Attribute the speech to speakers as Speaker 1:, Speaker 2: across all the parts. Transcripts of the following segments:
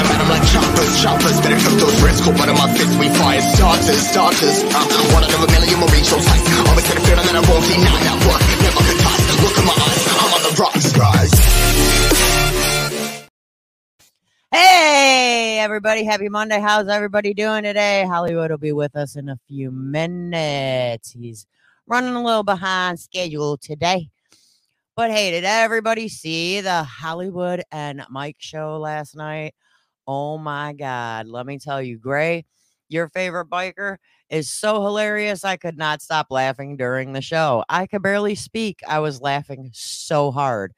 Speaker 1: Choppers, choppers, better cook those ribs. Cold butter my fist, we fire starters, starters. Uh, one out of a million will reach those heights. Always had a feeling that I won't deny that work. Never could toss. Look in my eyes, I'm on the rocks, guys.
Speaker 2: Hey, everybody. Happy Monday. How's everybody doing today? Hollywood will be with us in a few minutes. He's running a little behind schedule today. But hey, did everybody see the Hollywood and Mike show last night? Oh my God. Let me tell you, Gray, your favorite biker, is so hilarious. I could not stop laughing during the show. I could barely speak. I was laughing so hard.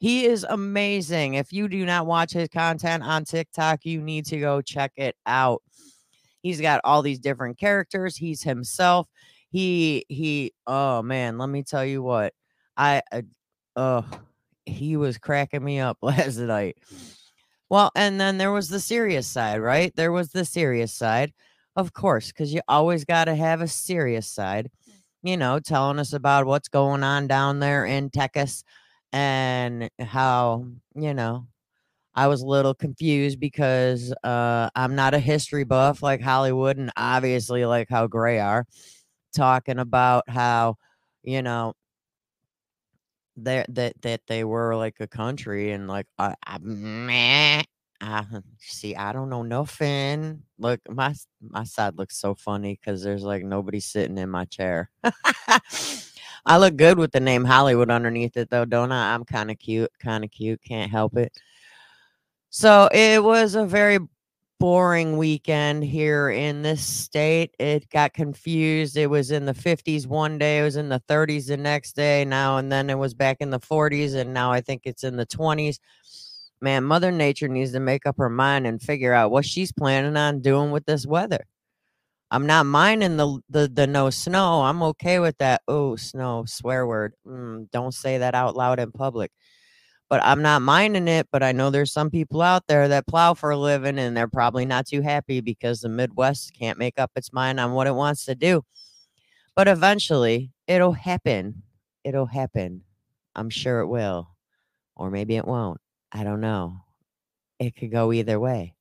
Speaker 2: He is amazing. If you do not watch his content on TikTok, you need to go check it out. He's got all these different characters. He's himself. He he oh man, let me tell you what. I uh, uh he was cracking me up last night. Well, and then there was the serious side, right? There was the serious side. Of course, cuz you always got to have a serious side. You know, telling us about what's going on down there in Texas and how you know i was a little confused because uh i'm not a history buff like hollywood and obviously like how gray are talking about how you know that that that they were like a country and like i i, meh, I see i don't know nothing look my s- my side looks so funny because there's like nobody sitting in my chair I look good with the name Hollywood underneath it, though, don't I? I'm kind of cute, kind of cute. Can't help it. So it was a very boring weekend here in this state. It got confused. It was in the 50s one day, it was in the 30s the next day, now and then it was back in the 40s, and now I think it's in the 20s. Man, Mother Nature needs to make up her mind and figure out what she's planning on doing with this weather. I'm not minding the the the no snow. I'm okay with that. Oh, snow swear word. Mm, don't say that out loud in public. But I'm not minding it. But I know there's some people out there that plow for a living, and they're probably not too happy because the Midwest can't make up its mind on what it wants to do. But eventually, it'll happen. It'll happen. I'm sure it will, or maybe it won't. I don't know. It could go either way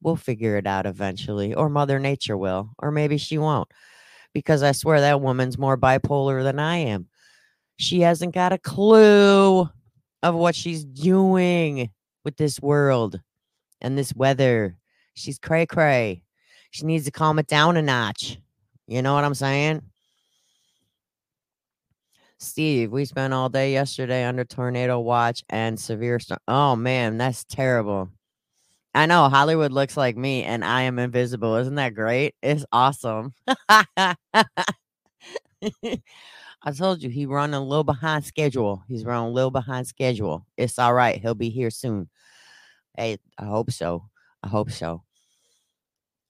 Speaker 2: we'll figure it out eventually, or Mother Nature will, or maybe she won't, because I swear that woman's more bipolar than I am. She hasn't got a clue of what she's doing with this world and this weather. She's cray cray. She needs to calm it down a notch. You know what I'm saying? Steve, we spent all day yesterday under tornado watch and severe storm. Oh man, that's terrible. I know Hollywood looks like me and I am invisible. Isn't that great? It's awesome. I told you he run a little behind schedule. He's run a little behind schedule. It's all right. He'll be here soon. Hey, I hope so. I hope so.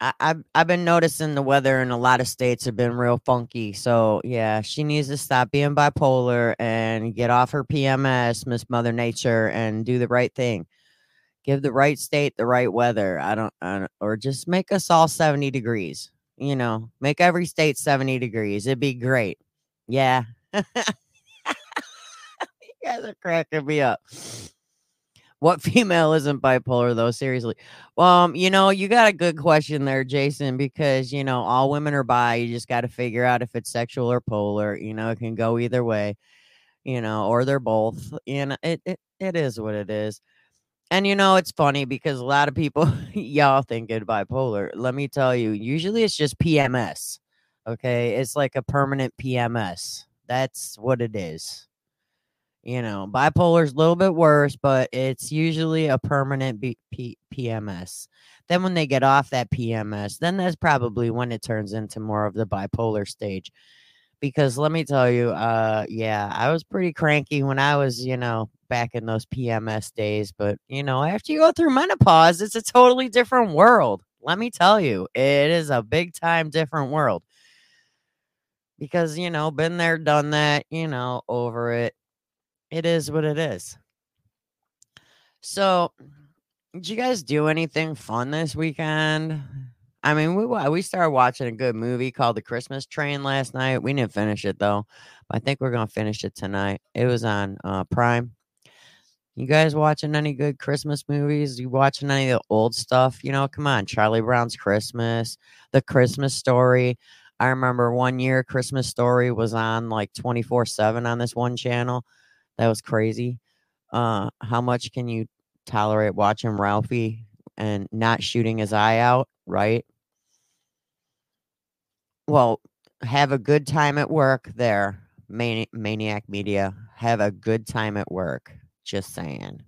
Speaker 2: I, I've I've been noticing the weather in a lot of states have been real funky. So yeah, she needs to stop being bipolar and get off her PMS, Miss Mother Nature, and do the right thing give the right state the right weather. I don't, I don't- or just make us all 70 degrees. You know, make every state 70 degrees. It'd be great. Yeah. you guys are cracking me up. What female isn't bipolar though? Seriously. Um, you know, you got a good question there, Jason, because you know, all women are bi. You just gotta figure out if it's sexual or polar. You know, it can go either way, you know, or they're both. You know, it it, it is what it is. And you know, it's funny because a lot of people, y'all think it bipolar. Let me tell you, usually it's just PMS. Okay. It's like a permanent PMS. That's what it is. You know, bipolar is a little bit worse, but it's usually a permanent B- P- PMS. Then when they get off that PMS, then that's probably when it turns into more of the bipolar stage. Because let me tell you, uh, yeah, I was pretty cranky when I was, you know, back in those PMS days. But you know, after you go through menopause, it's a totally different world. Let me tell you, it is a big time different world. Because you know, been there, done that. You know, over it. It is what it is. So, did you guys do anything fun this weekend? I mean, we wa- we started watching a good movie called The Christmas Train last night. We didn't finish it though. I think we're gonna finish it tonight. It was on uh, Prime. You guys watching any good Christmas movies? You watching any of the old stuff? You know, come on, Charlie Brown's Christmas, The Christmas Story. I remember one year Christmas Story was on like 24 7 on this one channel. That was crazy. Uh, how much can you tolerate watching Ralphie and not shooting his eye out, right? Well, have a good time at work there, Mani- Maniac Media. Have a good time at work. Just saying.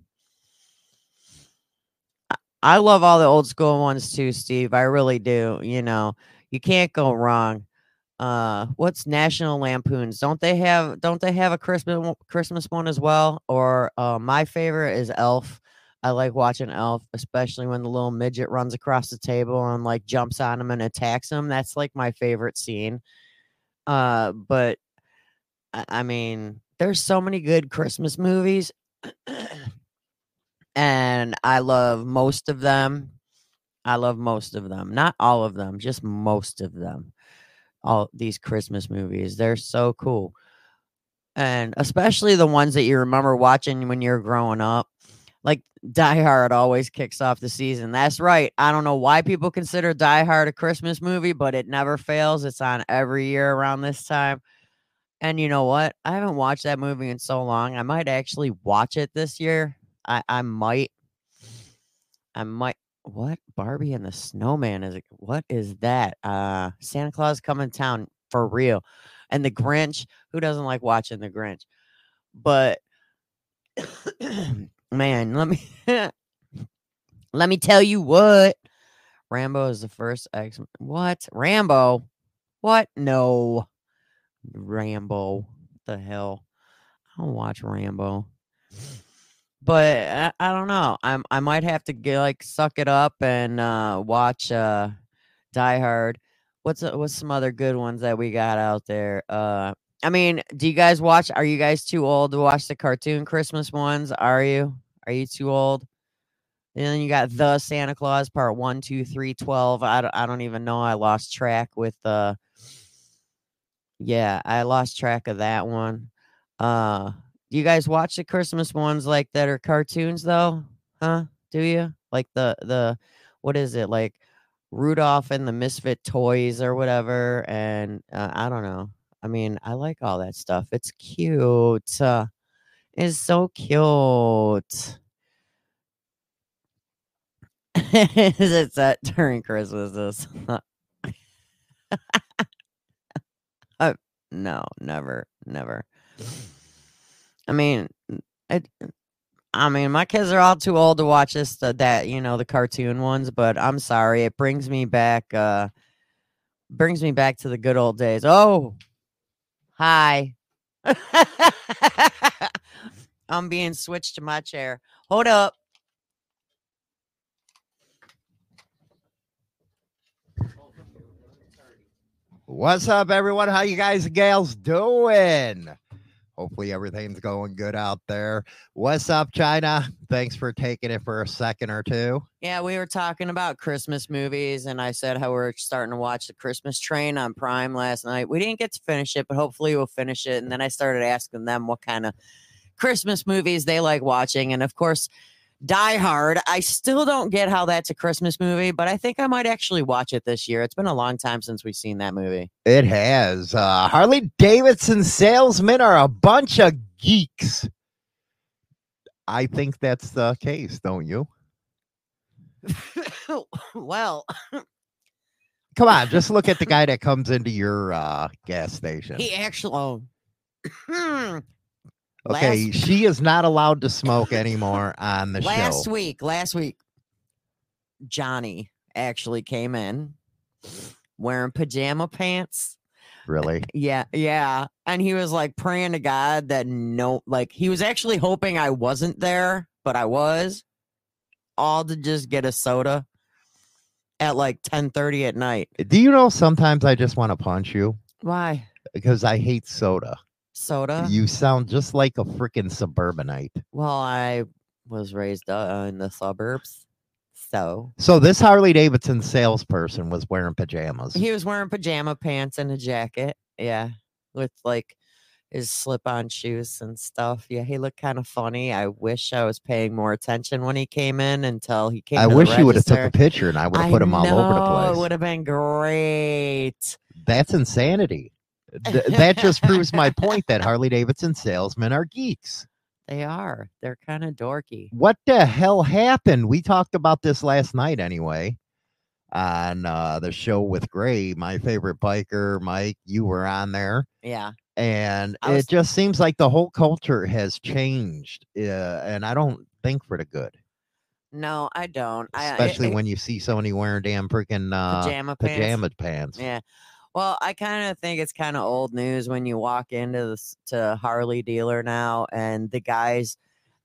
Speaker 2: I- I love all the old school ones too, Steve. I really do. You know, you can't go wrong. Uh, what's National Lampoons? Don't they have don't they have a Christmas one- Christmas one as well? Or uh, my favorite is Elf. I like watching Elf, especially when the little midget runs across the table and like jumps on him and attacks him. That's like my favorite scene. Uh, but I, I mean, there's so many good Christmas movies, and I love most of them. I love most of them, not all of them, just most of them. All these Christmas movies, they're so cool, and especially the ones that you remember watching when you're growing up. Like Die Hard always kicks off the season. That's right. I don't know why people consider Die Hard a Christmas movie, but it never fails. It's on every year around this time. And you know what? I haven't watched that movie in so long. I might actually watch it this year. I, I might. I might. What? Barbie and the Snowman is. What is that? Uh, Santa Claus coming town for real. And the Grinch. Who doesn't like watching the Grinch? But man, let me let me tell you what Rambo is the first X. What Rambo? What? No, Rambo. The hell! I don't watch Rambo. But I, I don't know. I'm I might have to get like suck it up and uh, watch uh, Die Hard. What's uh, what's some other good ones that we got out there? Uh, I mean, do you guys watch? Are you guys too old to watch the cartoon Christmas ones? Are you? Are you too old? And then you got the Santa Claus part one, two, three, twelve. I don't, I don't even know. I lost track with uh yeah, I lost track of that one. Uh do you guys watch the Christmas ones like that are cartoons though? Huh? Do you? Like the the what is it? Like Rudolph and the Misfit Toys or whatever and uh, I don't know. I mean, I like all that stuff. It's cute. Uh, it's so cute. it's that during Christmas. This. Uh, no, never, never. I mean, it, I mean, my kids are all too old to watch this, the, that, you know, the cartoon ones, but I'm sorry. It brings me back, uh, brings me back to the good old days. Oh, hi. I'm being switched to my chair. Hold up.
Speaker 1: What's up, everyone? How you guys and gals doing? Hopefully everything's going good out there. What's up, China? Thanks for taking it for a second or two.
Speaker 2: Yeah, we were talking about Christmas movies, and I said how we're starting to watch The Christmas Train on Prime last night. We didn't get to finish it, but hopefully we'll finish it. And then I started asking them what kind of Christmas movies they like watching. And of course, Die Hard. I still don't get how that's a Christmas movie, but I think I might actually watch it this year. It's been a long time since we've seen that movie.
Speaker 1: It has. Uh, Harley Davidson salesmen are a bunch of geeks. I think that's the case, don't you?
Speaker 2: well,
Speaker 1: Come on, just look at the guy that comes into your uh, gas station.
Speaker 2: he actually. Oh. Hmm.
Speaker 1: Okay,
Speaker 2: Last-
Speaker 1: she is not allowed to smoke anymore on the
Speaker 2: last
Speaker 1: show.
Speaker 2: week last week johnny actually came in wearing pajama pants
Speaker 1: Really?
Speaker 2: yeah yeah and he was like praying to god that no like he was actually hoping i wasn't there but i was all to just get a soda at like 10:30 at night
Speaker 1: Do you know sometimes I just want to punch you
Speaker 2: why
Speaker 1: because I hate soda.
Speaker 2: soda
Speaker 1: You sound just like a freaking suburbanite.
Speaker 2: well i was raised uh, in the suburbs so
Speaker 1: So this Harley Davidson salesperson was wearing pajamas.
Speaker 2: He was wearing pajama pants and a jacket. Yeah. With like his slip-on shoes and stuff. Yeah, he looked kind of funny. I wish I was paying more attention when he came in until he came.
Speaker 3: I
Speaker 2: to the
Speaker 3: wish you would have took
Speaker 2: register.
Speaker 3: a picture and I would
Speaker 2: I
Speaker 3: have put him all over
Speaker 2: know,
Speaker 3: the
Speaker 2: It
Speaker 3: place.
Speaker 2: would have been great.
Speaker 3: That's insanity. Th- that just proves my point that Harley Davidson salesmen are geeks.
Speaker 2: They are. They're kind of dorky.
Speaker 3: What the hell happened? We talked about this last night anyway on uh, the show with Gray, my favorite biker, Mike. You were on there.
Speaker 2: Yeah.
Speaker 3: and
Speaker 2: I was-
Speaker 3: it just seems like the whole culture has changed uh, and i don't think for the good
Speaker 2: No, I don't. I,
Speaker 3: especially
Speaker 2: it,
Speaker 3: when you see somebody wearing damn freaking uh, pajama,
Speaker 2: pajama pants.
Speaker 3: pants
Speaker 2: Yeah. Well, I kind of think it's kind of old news when you walk into this to Harley dealer now, and the guys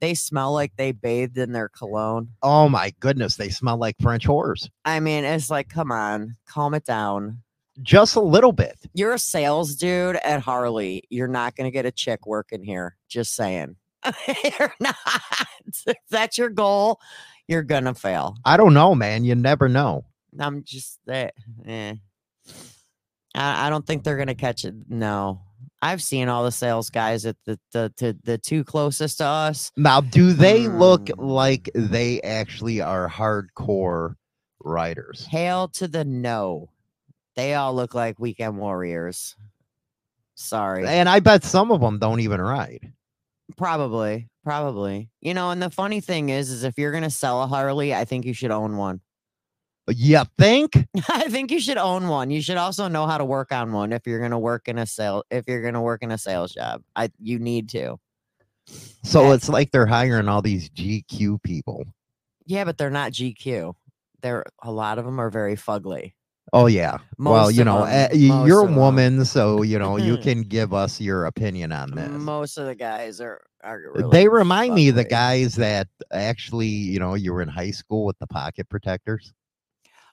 Speaker 2: they smell like they bathed in their cologne.
Speaker 3: oh my goodness they smell like french whores
Speaker 2: I mean, it's like, come on, calm it down.
Speaker 3: just a little bit
Speaker 2: You're a sales dude at Harley. You're not going to get a chick working here. Just saying. you're not. If that's your goal, you're going to fail.
Speaker 3: i don't know man you never know
Speaker 2: I'm just that. Eh. I, I don't think they're gonna catch it. No, I've seen all the sales guys at the the the, the two closest to us.
Speaker 3: now do they look
Speaker 2: Hmm.
Speaker 3: like they actually are hardcore writers
Speaker 2: Hail to the no. They all look like weekend warriors. Sorry.
Speaker 3: and i bet some of them don't even write
Speaker 2: Probably, probably. You know, and the funny thing is, is if you're gonna sell a Harley, I think you should own one.
Speaker 3: you think
Speaker 2: I think you should own one. You should also know how to work on one if you're gonna work in a sale. If you're gonna work in a sales job, I you need to.
Speaker 3: so
Speaker 2: Yeah.
Speaker 3: it's like they're hiring all these gq people
Speaker 2: Yeah, but they're not GQ. They're a lot of them are very fugly.
Speaker 3: Oh yeah. well,
Speaker 2: Most
Speaker 3: you
Speaker 2: of
Speaker 3: know,
Speaker 2: 'em.
Speaker 3: uh, y-
Speaker 2: Most
Speaker 3: you're
Speaker 2: of
Speaker 3: a
Speaker 2: 'em.
Speaker 3: woman, so you know you can give us your opinion on this.
Speaker 2: Most of the guys are are. Really
Speaker 3: they remind me of the
Speaker 2: fugly.
Speaker 3: guys that actually, you know, you were in high school with the pocket protectors.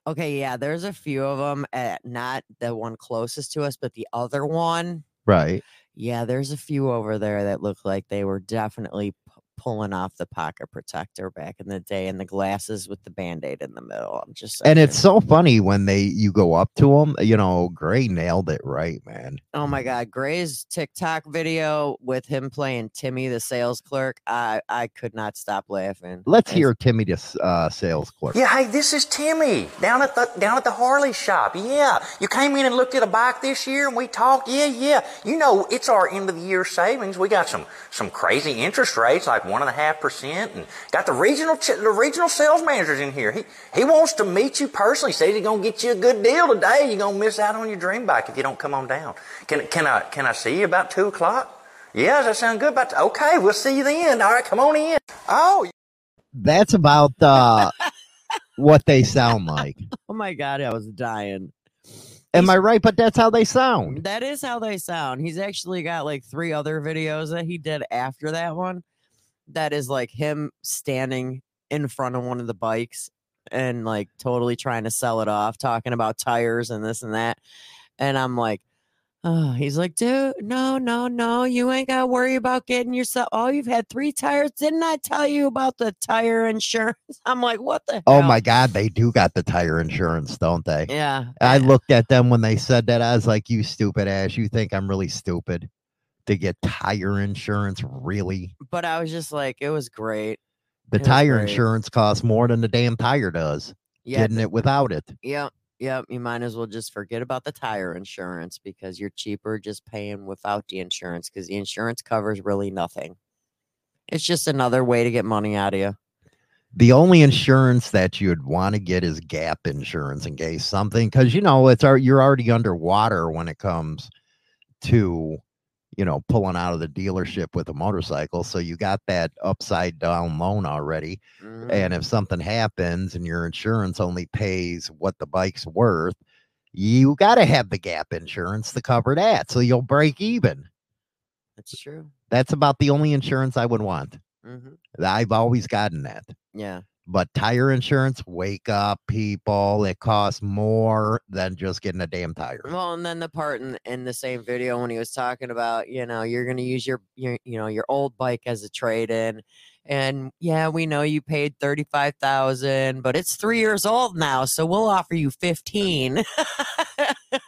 Speaker 2: Okay, yeah, there's a few of them at not the one closest to us, but the other one.
Speaker 3: Right.
Speaker 2: Yeah, there's a few over there that look like they were definitely p- pulling off the pocket protector back in the day, and the glasses with the band aid in the middle. I'm just
Speaker 3: And it's
Speaker 2: saying.
Speaker 3: so funny when they you go up to them, you know, Gray nailed it right, man.
Speaker 2: oh my god, Gray's TikTok video with him playing Timmy the sales clerk. I I could not stop laughing.
Speaker 3: Let's
Speaker 2: It's-
Speaker 3: hear Timmy to s- uh, sales clerk.
Speaker 4: Yeah, hey, this is Timmy down at the down at the Harley shop. Yeah, you came in and looked at a bike this year, and we talked. Yeah, yeah. You know, it's our end of the year savings. We got some some crazy interest rates, like one and a half percent, and got the regional ch- the regional sales managers in here. He he wants to meet you personally. Says he's gonna get you a good deal today. You're gonna miss out on your dream bike if you don't come on down. Can can I can I see you about two o'clock? Yeah, does that sound good? About okay, we'll see you then. All right, come on in. Oh,
Speaker 3: That's about uh, what they sound like.
Speaker 2: Oh my god, I was dying.
Speaker 3: Am
Speaker 2: He's-
Speaker 3: I right? But that's how they sound.
Speaker 2: That is how they sound. He's actually got like three other videos that he did after that one. That is like him standing in front of one of the bikes and like totally trying to sell it off, talking about tires and this and that. And I'm like, oh, he's like, dude, no, no, no, you ain't got to worry about getting yourself. Oh, you've had three tires. Didn't I tell you about the tire insurance? I'm like, what the?
Speaker 3: Oh
Speaker 2: hell?"
Speaker 3: my God, they do got the tire insurance, don't they?
Speaker 2: Yeah.
Speaker 3: I looked at them when they said that. I was like, "You stupid ass! You think I'm really stupid to get tire insurance? Really?
Speaker 2: But I was just like, it was great.
Speaker 3: The
Speaker 2: It was
Speaker 3: tire
Speaker 2: great.
Speaker 3: insurance costs more than the damn tire does.
Speaker 2: Yeah.
Speaker 3: Getting it without it.
Speaker 2: Yep. Yep. You might as well just forget about the tire insurance because you're cheaper just paying without the insurance because the insurance covers really nothing. It's just another way to get money out of you.
Speaker 3: The only insurance that you'd want to get is Gap insurance in case something, because you know it's our, you're already underwater when it comes to you know pulling out of the dealership with a motorcycle. So you got that upside down loan already.
Speaker 2: Mhm.
Speaker 3: And if something happens and your insurance only pays what the bike's worth, you got to have the gap insurance to cover that. So you'll break even.
Speaker 2: That's true.
Speaker 3: That's about the only insurance I would want.
Speaker 2: hmm
Speaker 3: I've always gotten that.
Speaker 2: Yeah.
Speaker 3: But tire insurance, wake up, people. It costs more than just getting a damn tire.
Speaker 2: Well, and then the part in, in the same video when he was talking about, you know, you're going to use your, your, you know, your old bike as a trade in. And yeah, we know you paid 35,000, but it's 3 years old now, so we'll offer you 15.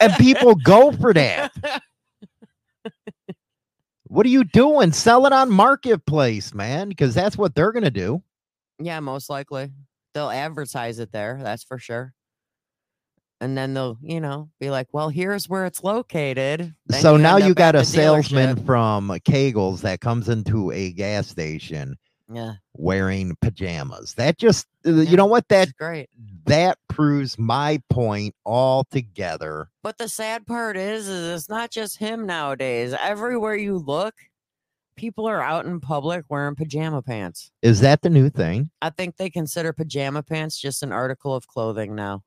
Speaker 3: And people go for that. What are you doing? Sell it on marketplace, man, because that's what they're gonna do.
Speaker 2: Yeah, most likely. They'll advertise it there, that's for sure. And then they'll, you know, be like, well, here's where it's located. Then
Speaker 3: so now
Speaker 2: end
Speaker 3: you
Speaker 2: up
Speaker 3: got
Speaker 2: at
Speaker 3: a
Speaker 2: the
Speaker 3: salesman
Speaker 2: dealership.
Speaker 3: from Kegels that comes into a gas station
Speaker 2: Yeah,
Speaker 3: wearing pajamas. That just uh,
Speaker 2: Yeah.
Speaker 3: you know what that
Speaker 2: that's great.
Speaker 3: that proves my point altogether.
Speaker 2: But the sad part is, is it's not just him nowadays. Everywhere you look, people are out in public wearing pajama pants.
Speaker 3: Is that the new thing?
Speaker 2: I think they consider pajama pants just an article of clothing now.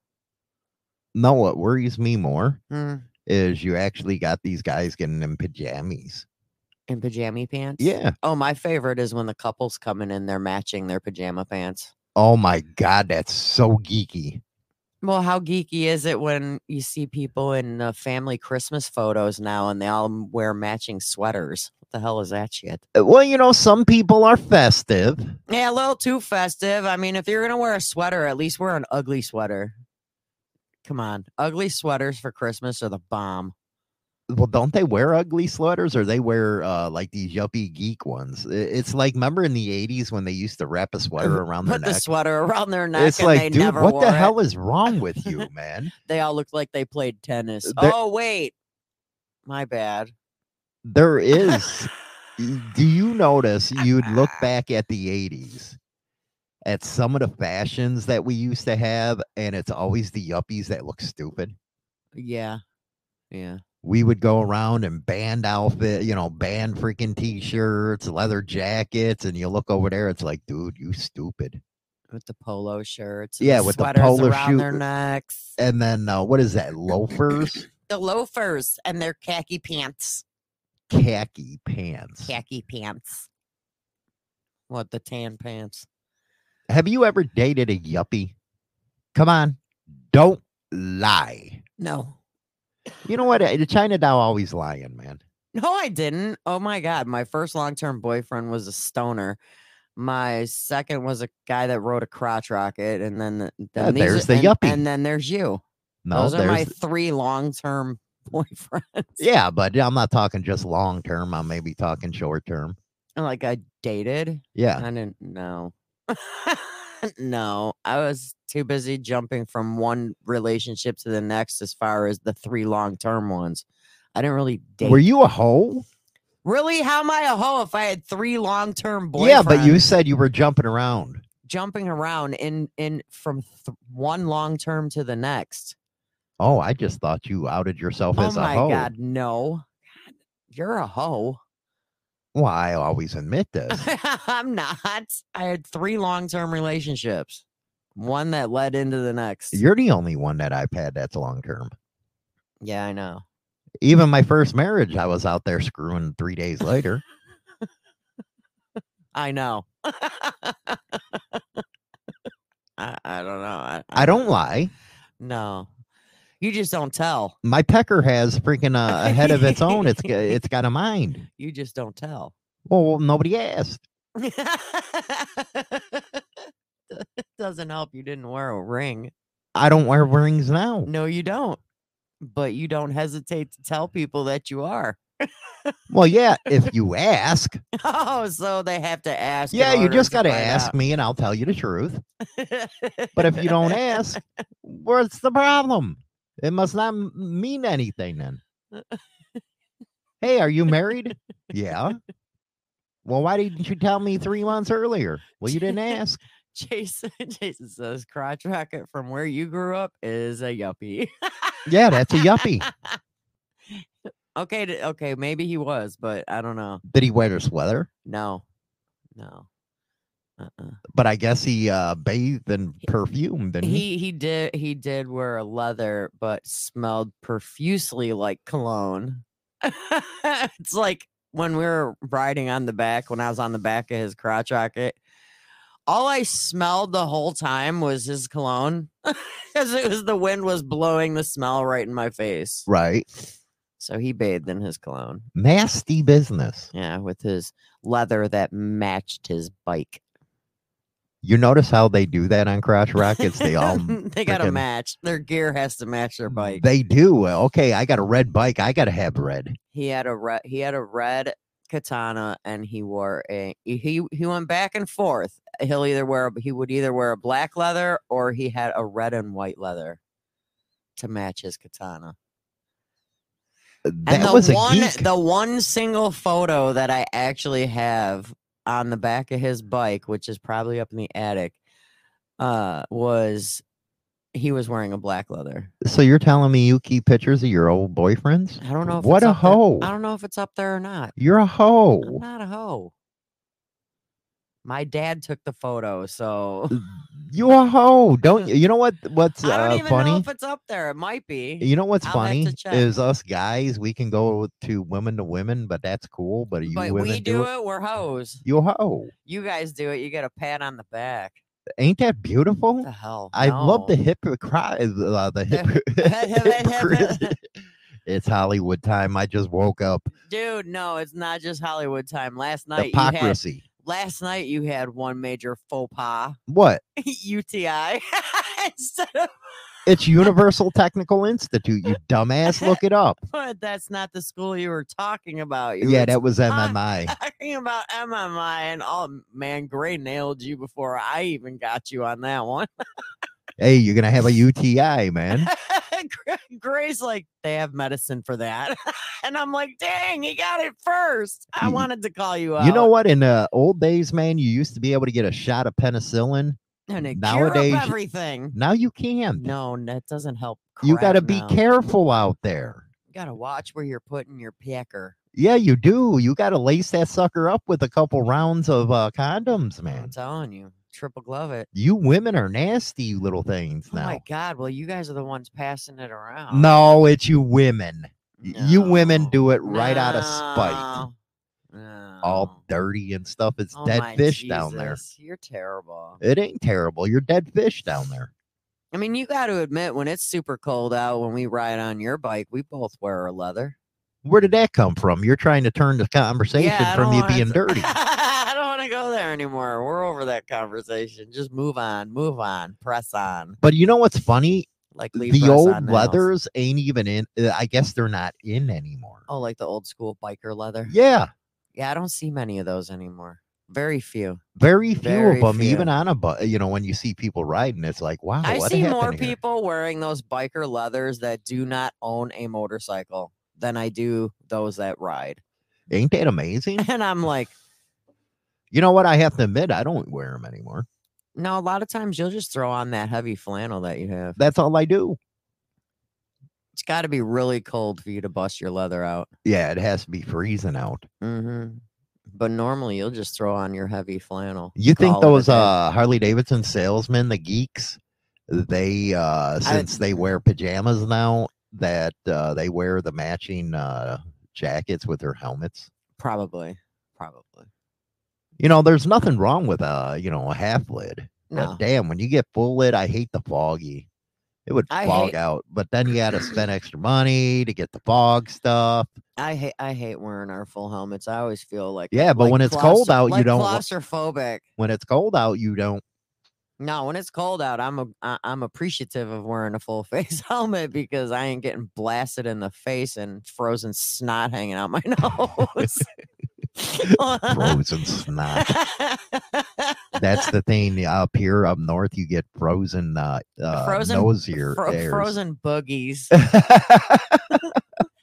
Speaker 3: No, what worries me more
Speaker 2: Hmm.
Speaker 3: is you actually got these guys getting in pajamas.
Speaker 2: In pajama pants?
Speaker 3: Yeah.
Speaker 2: Oh, my favorite is when the couple's coming in, they're matching their pajama pants.
Speaker 3: Oh my god, that's so geeky.
Speaker 2: Well, how geeky is it when you see people in uh, family Christmas photos now and they all m- wear matching sweaters? What the hell is that shit?
Speaker 3: Uh, Well, you know, some people are festive.
Speaker 2: Yeah, a little too festive. I mean, if you're going to wear a sweater, at least wear an ugly sweater. Come on. Ugly sweaters for Christmas are the bomb.
Speaker 3: Well, don't they wear ugly sweaters or they wear uh, like these yuppie geek ones? I- It's like, remember in the 80s when they used to wrap a sweater around their
Speaker 2: Uh, Put the
Speaker 3: neck?
Speaker 2: sweater around their neck
Speaker 3: It's
Speaker 2: and they
Speaker 3: like, dude,
Speaker 2: never
Speaker 3: what
Speaker 2: wore
Speaker 3: the
Speaker 2: it.
Speaker 3: hell is wrong with you, man?
Speaker 2: They all look like they played tennis.
Speaker 3: They're-
Speaker 2: oh, wait. My bad.
Speaker 3: There is. y- Do you notice you'd look
Speaker 2: Ah.
Speaker 3: back at the 80s at some of the fashions that we used to have, and it's always the yuppies that look stupid?
Speaker 2: Yeah. Yeah.
Speaker 3: we would go around in band outfit, you know, band freaking t-shirts, leather jackets, and you look over there, it's like, dude, you stupid.
Speaker 2: With the polo shirts.
Speaker 3: Yeah, with the
Speaker 2: sweaters
Speaker 3: polo
Speaker 2: around their
Speaker 3: shoe-
Speaker 2: necks.
Speaker 3: And then uh, what is that? Loafers,
Speaker 2: The loafers and their khaki pants.
Speaker 3: khaki pants.
Speaker 2: Khaki pants. What the tan pants?
Speaker 3: Have you ever dated a yuppie? Come on, don't lie.
Speaker 2: No.
Speaker 3: You know what? uh, The China Dow always lying, man.
Speaker 2: No, I didn't. Oh my god, my first long-term boyfriend was a stoner. My second was a guy that rode a crotch rocket, and then, th- then
Speaker 3: Ah,
Speaker 2: these
Speaker 3: there's
Speaker 2: are-
Speaker 3: the
Speaker 2: and,
Speaker 3: yuppie.
Speaker 2: and then there's you.
Speaker 3: No,
Speaker 2: Those are
Speaker 3: there's
Speaker 2: my
Speaker 3: th-
Speaker 2: three long-term boyfriends.
Speaker 3: yeah, but I'm not talking just long term. I'm maybe talking short term.
Speaker 2: Like I dated,
Speaker 3: Yeah,
Speaker 2: I didn't know. no, I was too busy jumping from one relationship to the next as far as the three long-term ones. I didn't really date.
Speaker 3: were you a hoe?
Speaker 2: really? How am I a hoe if I had three long-term boyfriends?
Speaker 3: Yeah, but you said you were jumping around.
Speaker 2: jumping around in in from th- one long term to the next.
Speaker 3: Oh, I just thought you outed yourself
Speaker 2: Oh
Speaker 3: as a
Speaker 2: my
Speaker 3: hoe.
Speaker 2: god, no. God, You're a hoe.
Speaker 3: Well, I always admit this.
Speaker 2: I'm not. I had three long term relationships. One that led into the next.
Speaker 3: You're the only one that I've had that's long term.
Speaker 2: yeah, I know.
Speaker 3: Even my first marriage, I was out there screwing three days later.
Speaker 2: I know. I, I don't know. I,
Speaker 3: I don't lie.
Speaker 2: No. You just don't tell.
Speaker 3: My pecker has freaking a, a head of its own. It's g- it's got a mind.
Speaker 2: You just don't tell.
Speaker 3: Well, nobody asked.
Speaker 2: Doesn't help. You didn't wear a ring.
Speaker 3: I don't wear rings now.
Speaker 2: No, you don't. But you don't hesitate to tell people that you are.
Speaker 3: Well, yeah, if you ask,
Speaker 2: Oh, so they have to ask. in
Speaker 3: yeah, you
Speaker 2: order
Speaker 3: just got to
Speaker 2: find
Speaker 3: ask
Speaker 2: out.
Speaker 3: me, and I'll tell you the truth. But if you don't ask, what's the problem? It must not m- mean anything then. hey, are you married? yeah. Well, why didn't you tell me three months earlier? Well, you didn't ask.
Speaker 2: Jason, Jason says crotch rocket from where you grew up is a yuppie.
Speaker 3: Yeah, that's a yuppie.
Speaker 2: okay, d- okay, maybe he was, but I don't know.
Speaker 3: Did he wear the sweater?
Speaker 2: No, no. Uh-uh.
Speaker 3: But I guess he uh, bathed in perfume, didn't
Speaker 2: He
Speaker 3: he?
Speaker 2: he did he did wear a leather, but smelled profusely like cologne. it's like when we were riding on the back, when I was on the back of his crotch rocket, all I smelled the whole time was his cologne, because it was the wind was blowing the smell right in my face.
Speaker 3: Right.
Speaker 2: So he bathed in his cologne,
Speaker 3: Nasty business.
Speaker 2: yeah, with his leather that matched his bike.
Speaker 3: You notice how they do that on Crotch Rockets? They all
Speaker 2: they got to
Speaker 3: frickin-
Speaker 2: match. Their gear has to match their bike.
Speaker 3: They do. Okay, I got a red bike. I got to have red.
Speaker 2: He had a red. He had a red katana and he wore a he he went back and forth. He'll either wear he would either wear a black leather or he had a red and white leather to match his katana.
Speaker 3: That
Speaker 2: and the
Speaker 3: was a
Speaker 2: one
Speaker 3: geek.
Speaker 2: the one single photo that I actually have on the back of his bike, which is probably up in the attic, uh, was he was wearing a black leather.
Speaker 3: so you're telling me you keep pictures of your old boyfriends?
Speaker 2: I don't know if
Speaker 3: What
Speaker 2: it's
Speaker 3: a
Speaker 2: up there-
Speaker 3: hoe!
Speaker 2: I don't know if it's up there or not.
Speaker 3: You're a
Speaker 2: I'm
Speaker 3: hoe.
Speaker 2: not a hoe. My dad took the photo, so
Speaker 3: You a hoe? Don't you? You know what? What's
Speaker 2: I don't
Speaker 3: uh,
Speaker 2: even
Speaker 3: funny?
Speaker 2: know if it's up there. It might be.
Speaker 3: You know what's
Speaker 2: I'll have to
Speaker 3: funny
Speaker 2: check.
Speaker 3: is us guys. We can go to women to women, but that's cool. But you
Speaker 2: But
Speaker 3: women
Speaker 2: we do it, we're hoes.
Speaker 3: You a hoe?
Speaker 2: You guys do it, you get a pat on the back.
Speaker 3: Ain't that beautiful?
Speaker 2: What the hell?
Speaker 3: I love the
Speaker 2: No.
Speaker 3: hypocrisy. Uh, the hypocrisy. it's Hollywood time. I just woke up.
Speaker 2: Dude, no, it's not just Hollywood time. Last
Speaker 3: The
Speaker 2: night Uh, you had,
Speaker 3: hypocrisy.
Speaker 2: last night you had one major faux pas.
Speaker 3: What?
Speaker 2: UTI. Instead of
Speaker 3: It's Universal Technical Institute. You dumbass. Look it up.
Speaker 2: but uh, that's not the school you were talking about. You
Speaker 3: Yeah,
Speaker 2: were
Speaker 3: that was
Speaker 2: Ah.
Speaker 3: MMI.
Speaker 2: talking about MMI and oh man, Gray nailed you before I even got you on that one.
Speaker 3: Hey, you're gonna have a UTI, man.
Speaker 2: Gray- Gray's like, they have medicine for that. and I'm like, dang, he got it first. I
Speaker 3: You-
Speaker 2: wanted to call you out.
Speaker 3: You know what? In the old days, man, you used to be able to get a shot of penicillin.
Speaker 2: And it nowadays
Speaker 3: nowadays-
Speaker 2: everything.
Speaker 3: Now you can't.
Speaker 2: No, that doesn't help.
Speaker 3: you got to
Speaker 2: crap
Speaker 3: be
Speaker 2: now.
Speaker 3: careful out there.
Speaker 2: You gotta watch where you're putting your pecker.
Speaker 3: Yeah, you do. You got to lace that sucker up with a couple rounds of uh, condoms,
Speaker 2: I'm
Speaker 3: man.
Speaker 2: telling you, triple glove it.
Speaker 3: You women are nasty you little things
Speaker 2: Oh my
Speaker 3: now.
Speaker 2: god! Well, you guys are the ones passing it around.
Speaker 3: no, it's you women. Y- You women
Speaker 2: No.
Speaker 3: do it right out of spite.
Speaker 2: No. No.
Speaker 3: All dirty and stuff. It's
Speaker 2: Oh my
Speaker 3: dead fish down there.
Speaker 2: Jesus, You're terrible.
Speaker 3: It ain't terrible. You're dead fish down there.
Speaker 2: I mean, you got to admit, when it's super cold out, when we ride on your bike, we both wear our leather.
Speaker 3: Where did that come from? You're trying to turn the conversation
Speaker 2: Yeah, I
Speaker 3: from
Speaker 2: don't
Speaker 3: you
Speaker 2: wanna-
Speaker 3: being dirty.
Speaker 2: I don't want to go there anymore. We're over that conversation. Just move on, move on, press on.
Speaker 3: But you know what's funny?
Speaker 2: Like leave
Speaker 3: The
Speaker 2: press
Speaker 3: old
Speaker 2: on nails.
Speaker 3: leathers ain't even in. uh, I guess they're not in anymore.
Speaker 2: Oh, like the old school biker leather.
Speaker 3: Yeah,
Speaker 2: Yeah, I don't see many of those anymore. Very few.
Speaker 3: very few
Speaker 2: Very
Speaker 3: of them.
Speaker 2: few.
Speaker 3: Even on a bu- you know when you see people riding, it's like wow.
Speaker 2: I
Speaker 3: Oh, what
Speaker 2: see
Speaker 3: happened
Speaker 2: more
Speaker 3: here?
Speaker 2: people wearing those biker leathers that do not own a motorcycle than I do those that ride.
Speaker 3: Ain't that amazing?
Speaker 2: And I'm like,
Speaker 3: you know what? I have to admit, I don't wear them anymore.
Speaker 2: no, a lot of times you'll just throw on that heavy flannel that you have.
Speaker 3: That's all I do.
Speaker 2: It's got to be really cold for you to bust your leather out.
Speaker 3: Yeah, it has to be freezing out.
Speaker 2: Mm-hmm. But normally you'll just throw on your heavy flannel.
Speaker 3: You think
Speaker 2: call it a
Speaker 3: those
Speaker 2: day.
Speaker 3: uh, Harley Davidson salesmen, the geeks, they uh, since they wear pajamas now, that uh, they wear the matching uh, jackets with their helmets.
Speaker 2: Probably. Probably.
Speaker 3: You know, there's nothing wrong with uh, you know, a half lid.
Speaker 2: No.
Speaker 3: But damn, when you get full lid, I hate the foggy. It would
Speaker 2: I
Speaker 3: fog
Speaker 2: hate-
Speaker 3: out, but then you got to spend extra money to get the fog stuff.
Speaker 2: I hate I hate wearing our full helmets. I always feel like
Speaker 3: Yeah, but
Speaker 2: like
Speaker 3: when it's cold
Speaker 2: claustro-
Speaker 3: out, you
Speaker 2: like
Speaker 3: don't wa-
Speaker 2: claustrophobic.
Speaker 3: When it's cold out, you don't.
Speaker 2: No, when it's cold out, I'm a I- I'm appreciative of wearing a full face helmet because I ain't getting blasted in the face and frozen snot hanging out my nose.
Speaker 3: Frozen snot. That's the thing up here, up north. You get frozen, uh, uh
Speaker 2: Frozen-
Speaker 3: nosier
Speaker 2: Fro-
Speaker 3: airs.
Speaker 2: frozen boogies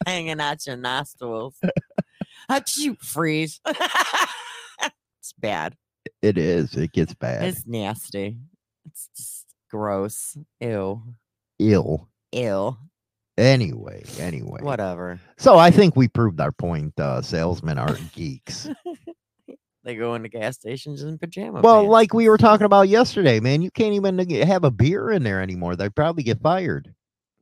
Speaker 2: hanging out your nostrils. How'd you freeze? it's bad.
Speaker 3: it is. It gets bad.
Speaker 2: It's nasty. It's just gross. Ew.
Speaker 3: ill.
Speaker 2: Ew.
Speaker 3: Anyway, anyway.
Speaker 2: Whatever.
Speaker 3: So I think we proved our point. Uh, salesmen aren't geeks.
Speaker 2: They go into gas stations in pajama
Speaker 3: well,
Speaker 2: pants.
Speaker 3: like we were talking about yesterday, man, you can't even neg- have a beer in there anymore. They'd probably get fired.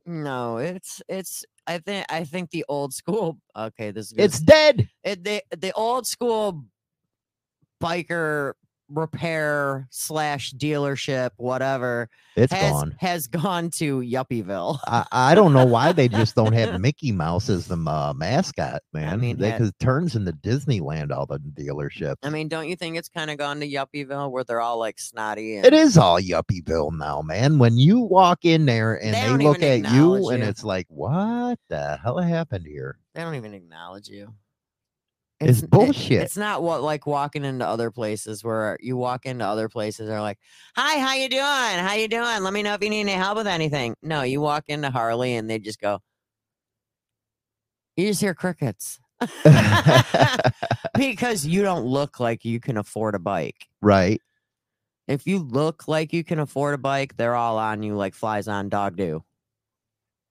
Speaker 2: No, it's it's. I think I think the old school. Okay, this is gonna
Speaker 3: It's dead.
Speaker 2: it, the the old school biker repair slash dealership whatever
Speaker 3: It's
Speaker 2: has
Speaker 3: gone.
Speaker 2: has gone to Yuppieville.
Speaker 3: I, I don't know why they just don't have Mickey Mouse as the uh, mascot, man.
Speaker 2: mean,
Speaker 3: they,
Speaker 2: that-
Speaker 3: 'cause it turns into Disneyland, all the dealerships.
Speaker 2: I mean, don't you think it's kind of gone to Yuppieville where they're all like snotty? And
Speaker 3: It is all yuppieville now, man. When you walk in there and
Speaker 2: They
Speaker 3: they,
Speaker 2: don't
Speaker 3: look at
Speaker 2: even
Speaker 3: you,
Speaker 2: acknowledge
Speaker 3: and
Speaker 2: you.
Speaker 3: it's like, what the hell happened here?
Speaker 2: They don't even acknowledge you.
Speaker 3: It's
Speaker 2: n- it-
Speaker 3: bullshit.
Speaker 2: it's not what like walking into other places where you walk into other places are like, "Hi, how you doing? How you doing? Let me know if you need any help with anything." No, you walk into Harley and they just go. You just hear crickets because you don't look like you can afford a bike.
Speaker 3: right.
Speaker 2: If you look like you can afford a bike, they're all on you like flies on dog do.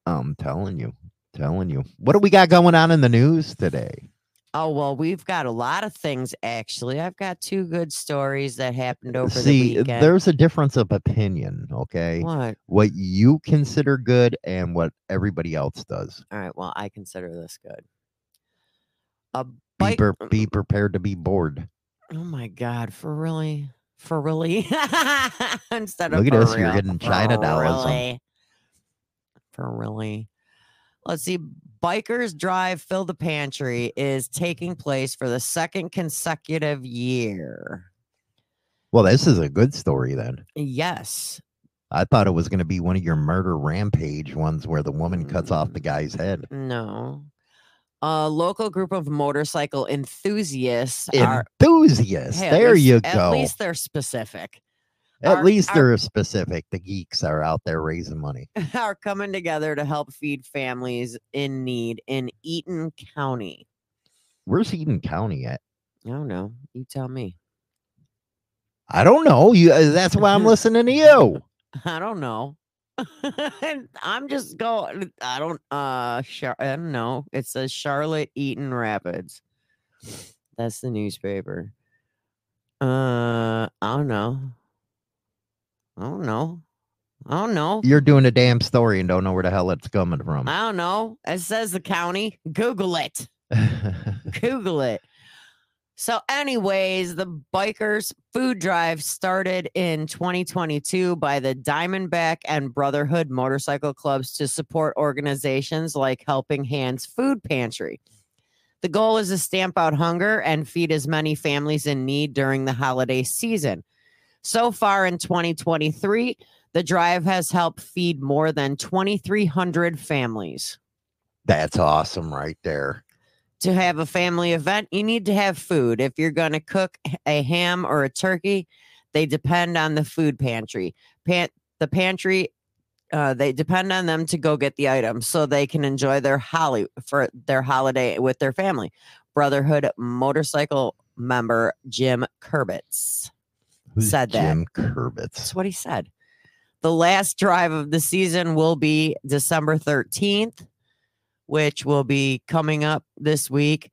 Speaker 3: I'm telling you. Telling you. What do we got going on in the news today?
Speaker 2: Oh well, we've got a lot of things actually. I've got two good stories that happened over
Speaker 3: See, uh,
Speaker 2: the weekend.
Speaker 3: there's a difference of opinion, okay?
Speaker 2: What?
Speaker 3: What you consider good and what everybody else does.
Speaker 2: All right. Well, I consider this good. A
Speaker 3: Be,
Speaker 2: bike.
Speaker 3: per- be prepared to be bored.
Speaker 2: oh my God! For really? For really? Instead of
Speaker 3: Look at
Speaker 2: for
Speaker 3: us, you're
Speaker 2: real,
Speaker 3: getting
Speaker 2: for
Speaker 3: China dollars on-
Speaker 2: really. For really. Let's see. Bikers Drive Fill the Pantry is taking place for the second consecutive year.
Speaker 3: Well, this is a good story then.
Speaker 2: Yes.
Speaker 3: I thought it was going to be one of your murder rampage ones where the woman cuts off the
Speaker 2: Mm.
Speaker 3: guy's head.
Speaker 2: No. A local group of motorcycle enthusiasts are.
Speaker 3: Enthusiast.
Speaker 2: Hey, at
Speaker 3: there
Speaker 2: least-
Speaker 3: you
Speaker 2: at
Speaker 3: go.
Speaker 2: least they're specific.
Speaker 3: At
Speaker 2: our-
Speaker 3: least
Speaker 2: our-
Speaker 3: they're specific. The geeks are out there raising money.
Speaker 2: are coming together to help feed families in need in Eaton County.
Speaker 3: Where's Eden County at?
Speaker 2: I don't know. You tell me.
Speaker 3: I don't know. You. uh, That's why I'm listening to you.
Speaker 2: I don't know. I'm just going. I don't. Uh, Char- I don't know. It says Charlotte Eaton Rapids. That's the newspaper. Uh, I don't know. I don't know. I don't know.
Speaker 3: You're doing a damn story and don't know where the hell it's coming from.
Speaker 2: I don't know. It says the county. Google it. Google it. So, anyways, the Bikers Food Drive started in 2022 by the Diamondback and Brotherhood motorcycle clubs to support organizations like Helping Hands Food Pantry. The goal is to stamp out hunger and feed as many families in need during the holiday season. So far in 2023, the drive has helped feed more than 2,300 families.
Speaker 3: That's awesome, right there.
Speaker 2: to have a family event, you need to have food. If you're going to cook h- a ham or a turkey, they depend on the food pantry. Pan- the pantry, uh, they depend on them to go get the items so they can enjoy their holly for their holiday with their family. Brotherhood motorcycle member Jim Kurbitz.
Speaker 3: Who's
Speaker 2: Said that.
Speaker 3: Jim
Speaker 2: That's
Speaker 3: Kurbitz?
Speaker 2: what he said. The last drive of the season will be December 13th, which will be coming up this week.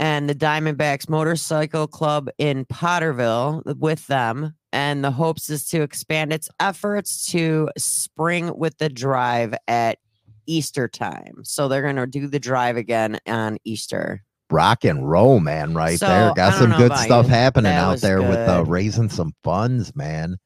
Speaker 2: And the Diamondbacks Motorcycle Club in Potterville with them. And the hopes is to expand its efforts to spring with the drive at Easter time. So they're going to do the drive again on Easter.
Speaker 3: Rock and roll, man, right
Speaker 2: So,
Speaker 3: there. Got
Speaker 2: I don't
Speaker 3: some
Speaker 2: know
Speaker 3: good
Speaker 2: about
Speaker 3: stuff
Speaker 2: you.
Speaker 3: happening
Speaker 2: That
Speaker 3: out
Speaker 2: was
Speaker 3: there with uh,
Speaker 2: good.
Speaker 3: raising some funds, man.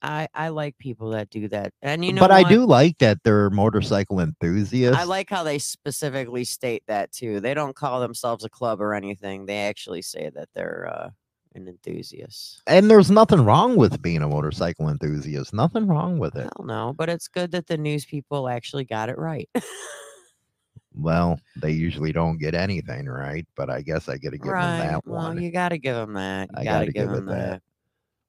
Speaker 2: I, I like people that do that. And you know
Speaker 3: but
Speaker 2: what?
Speaker 3: I do like that they're motorcycle enthusiasts.
Speaker 2: I like how they specifically state that too. They don't call themselves a club or anything. They actually say that they're uh, an enthusiast.
Speaker 3: and there's nothing wrong with being a motorcycle enthusiast. Nothing wrong with it.
Speaker 2: Hell no, but it's good that the news people actually got it right.
Speaker 3: Well, they usually don't get anything right, but I guess I get to give
Speaker 2: right.
Speaker 3: them that
Speaker 2: well,
Speaker 3: one.
Speaker 2: you got to give them that. You
Speaker 3: I
Speaker 2: got
Speaker 3: gotta
Speaker 2: to give
Speaker 3: give it
Speaker 2: them that.
Speaker 3: that.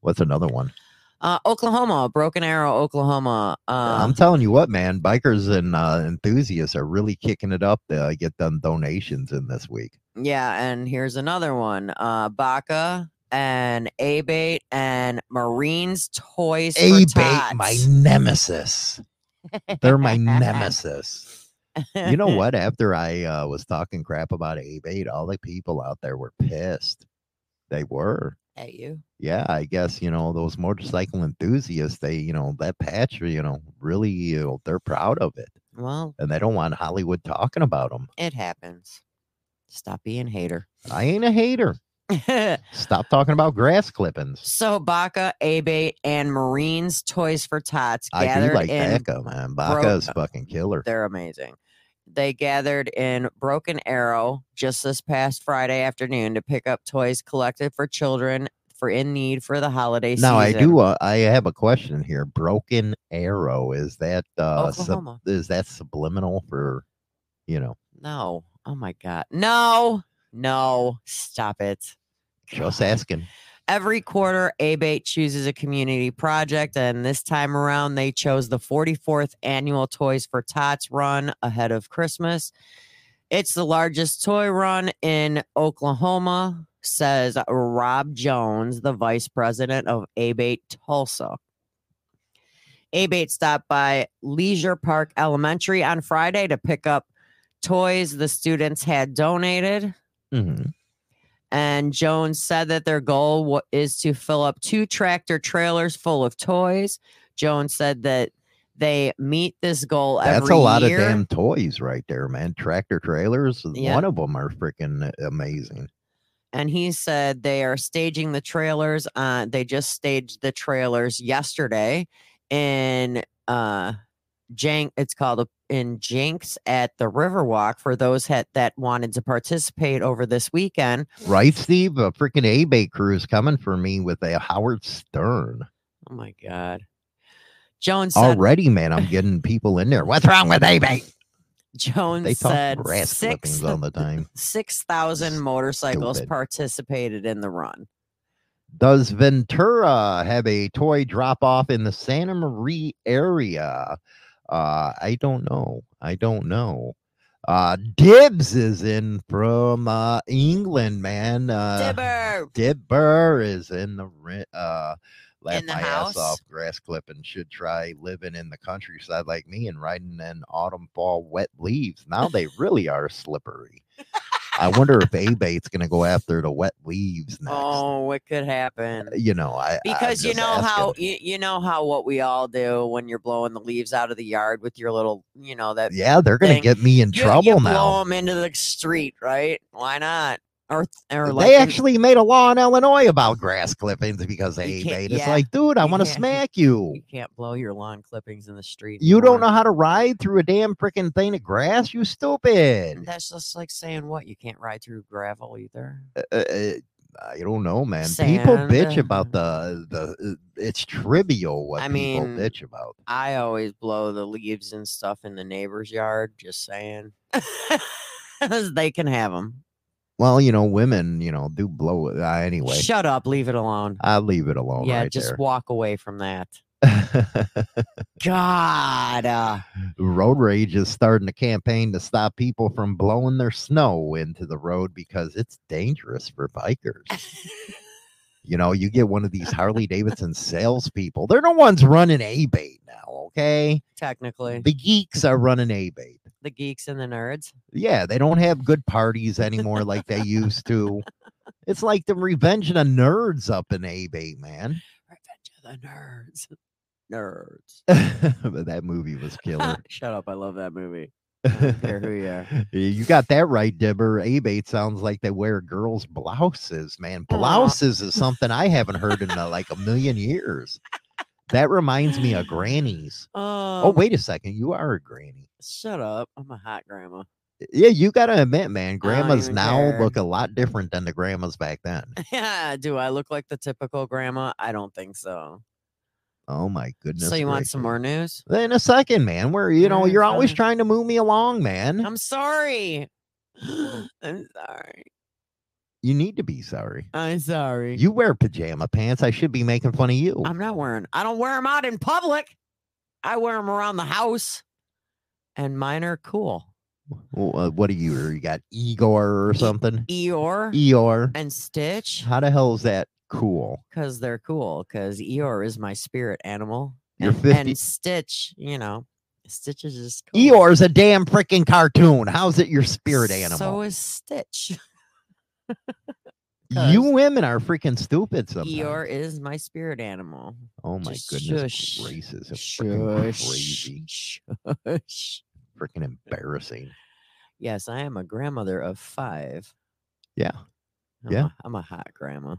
Speaker 3: What's another one?
Speaker 2: Uh, Oklahoma, Broken Arrow, Oklahoma. Um,
Speaker 3: I'm telling you what, man, bikers and uh, enthusiasts are really kicking it up to uh, get them donations in this week.
Speaker 2: yeah, and here's another one. Uh, Baca and Abate and Marines Toys for
Speaker 3: A bait,
Speaker 2: Tots.
Speaker 3: my nemesis. They're my nemesis. You know what? After I uh, was talking crap about A bait, all the people out there were pissed. They were.
Speaker 2: At you.
Speaker 3: yeah, I guess you know those motorcycle enthusiasts. They, you know, that patch, you know, really, you know, they're proud of it,
Speaker 2: Well,
Speaker 3: and they don't want Hollywood talking about them.
Speaker 2: It happens. Stop being hater.
Speaker 3: I ain't a hater. Stop talking about grass clippings.
Speaker 2: so Baca, Abate, and Marines Toys for Tots
Speaker 3: I do
Speaker 2: gathered
Speaker 3: like
Speaker 2: in.
Speaker 3: Baca, man. Baca's fucking killer.
Speaker 2: They're amazing. They gathered in Broken Arrow just this past Friday afternoon to pick up toys collected for children for in need for the holiday
Speaker 3: Now I
Speaker 2: season.
Speaker 3: do. Uh, I have a question here. Broken Arrow is that uh, sub-
Speaker 2: Oklahoma.
Speaker 3: is that subliminal for, you know?
Speaker 2: No. Oh my God. No. No, stop it.
Speaker 3: Just asking.
Speaker 2: Every quarter, ABATE chooses a community project, and this time around, they chose the 44th annual Toys for Tots run ahead of Christmas. It's the largest toy run in Oklahoma, says Rob Jones, the vice president of ABATE Tulsa. ABATE stopped by Leisure Park Elementary on Friday to pick up toys the students had donated.
Speaker 3: Mhm.
Speaker 2: And Jones said that their goal wa- is to fill up two tractor trailers full of toys. Jones said that they meet this goal
Speaker 3: That's
Speaker 2: every
Speaker 3: a lot
Speaker 2: year.
Speaker 3: of damn toys right there, man. Tractor trailers. uh,
Speaker 2: Yeah.
Speaker 3: One of them are freaking uh, amazing.
Speaker 2: And he said they are staging the trailers. Uh, they just staged the trailers yesterday in uh, Jank. It's called a- in Jinx at the Riverwalk for those ha- that wanted to participate over this weekend.
Speaker 3: Right, Steve? A freaking A-Bait crew is coming for me with a Howard Stern.
Speaker 2: Oh my God. Jones said
Speaker 3: Already, man, I'm getting people in there. What's wrong with A-Bait?
Speaker 2: Jones
Speaker 3: They talk
Speaker 2: said
Speaker 3: grass
Speaker 2: six
Speaker 3: clippings all the time.
Speaker 2: six thousand motorcycles
Speaker 3: Stupid.
Speaker 2: participated in the run.
Speaker 3: Does Ventura have a toy drop off in the Santa Maria area? Uh, I don't know. I don't know. Uh, Dibs is in from uh, England, man. Uh,
Speaker 2: Dibber.
Speaker 3: Dibber is in the rent. Uh, laugh
Speaker 2: In the
Speaker 3: my
Speaker 2: house?
Speaker 3: ass off grass clipping. Should try living in the countryside like me and riding in autumn, fall, wet leaves. Now they really are slippery. I wonder if A-Bait's going to go after the wet leaves next.
Speaker 2: Oh, it could happen.
Speaker 3: You know, I Uh, I'm
Speaker 2: Because you
Speaker 3: just
Speaker 2: know how
Speaker 3: asking.
Speaker 2: you, you know how what we all do when you're blowing the leaves out of the yard with your little you know that
Speaker 3: Yeah, they're going
Speaker 2: thing-
Speaker 3: to get me in
Speaker 2: e, you,
Speaker 3: trouble
Speaker 2: you
Speaker 3: now.
Speaker 2: blow them into the street, right? Why not? Or or like
Speaker 3: They
Speaker 2: in-
Speaker 3: actually made a law in Illinois about grass clippings because they
Speaker 2: You can't-
Speaker 3: made. It's
Speaker 2: yeah,
Speaker 3: like, dude, I
Speaker 2: you
Speaker 3: want to
Speaker 2: can't-
Speaker 3: smack you.
Speaker 2: you can't blow your lawn clippings in the street.
Speaker 3: You don't know
Speaker 2: anymore.
Speaker 3: how to ride through a damn freaking thing of grass. You stupid.
Speaker 2: That's just like saying what you can't ride through gravel either.
Speaker 3: Uh, uh, I don't know, man. People bitch
Speaker 2: Sand.
Speaker 3: about the the. uh, It's trivial what
Speaker 2: I
Speaker 3: people
Speaker 2: mean,
Speaker 3: bitch about.
Speaker 2: I always blow the leaves and stuff in the neighbor's yard. Just saying, 'Cause they can have them.
Speaker 3: Well, you know, women, you know, do blow it uh, anyway.
Speaker 2: Shut up, leave it alone.
Speaker 3: I leave it alone.
Speaker 2: yeah,
Speaker 3: right
Speaker 2: just
Speaker 3: there.
Speaker 2: walk away from that. God, uh,
Speaker 3: Road Rage is starting a campaign to stop people from blowing their snow into the road because it's dangerous for bikers. you know, you get one of these Harley Davidson salespeople, they're the ones running A bait now, okay?
Speaker 2: technically,
Speaker 3: The geeks are running A bait.
Speaker 2: the geeks and the nerds.
Speaker 3: Yeah, they don't have good parties anymore like they used to. It's like the revenge of the nerds up in A bait, man.
Speaker 2: Revenge of the nerds. Nerds.
Speaker 3: But that movie was killer.
Speaker 2: Shut up! I love that movie. I don't care who you are.
Speaker 3: Yeah, You got that right, Dibber. Abate sounds like they wear girls' blouses, man.
Speaker 2: Aw.
Speaker 3: Blouses is something I haven't heard in uh, like a million years. That reminds me of grannies. oh,
Speaker 2: Um,
Speaker 3: wait a second. You are a granny.
Speaker 2: Shut up! I'm a hot grandma.
Speaker 3: Yeah, you got to admit, man, grandmas
Speaker 2: even
Speaker 3: now
Speaker 2: care.
Speaker 3: look a lot different than the grandmas back then.
Speaker 2: Yeah, do I look like the typical grandma? I don't think so.
Speaker 3: Oh, my goodness.
Speaker 2: so you want some
Speaker 3: gracious.
Speaker 2: more news?
Speaker 3: In a second, man, where, you know,
Speaker 2: Alright,
Speaker 3: you're always
Speaker 2: fine.
Speaker 3: trying to move me along, man.
Speaker 2: I'm sorry. I'm sorry.
Speaker 3: You need to be sorry.
Speaker 2: I'm sorry.
Speaker 3: You wear pajama pants. I should be making fun of you.
Speaker 2: I'm not wearing. I don't wear them out in public. I wear them around the house, and mine are cool.
Speaker 3: Well, uh, what are you? You got Igor or
Speaker 2: E-,
Speaker 3: something?
Speaker 2: Eeyore
Speaker 3: E Eeyore.
Speaker 2: and Stitch,
Speaker 3: How the hell is that cool?
Speaker 2: because they're cool. Because Eeyore is my spirit animal,
Speaker 3: You're
Speaker 2: and, and
Speaker 3: 50
Speaker 2: Stitch, you know, Stitch is just cool.
Speaker 3: Eeyore's a damn freaking cartoon. How's it your spirit
Speaker 2: So
Speaker 3: animal?
Speaker 2: is Stitch.
Speaker 3: you women are freaking stupid sometimes.
Speaker 2: Eeyore is my spirit animal.
Speaker 3: oh my
Speaker 2: just
Speaker 3: goodness
Speaker 2: shush,
Speaker 3: gracious. It's freaking
Speaker 2: Shush,
Speaker 3: crazy.
Speaker 2: shush.
Speaker 3: Freaking embarrassing.
Speaker 2: Yes, I am a grandmother of five.
Speaker 3: Yeah.
Speaker 2: I'm
Speaker 3: Yeah.
Speaker 2: A, I'm a hot grandma.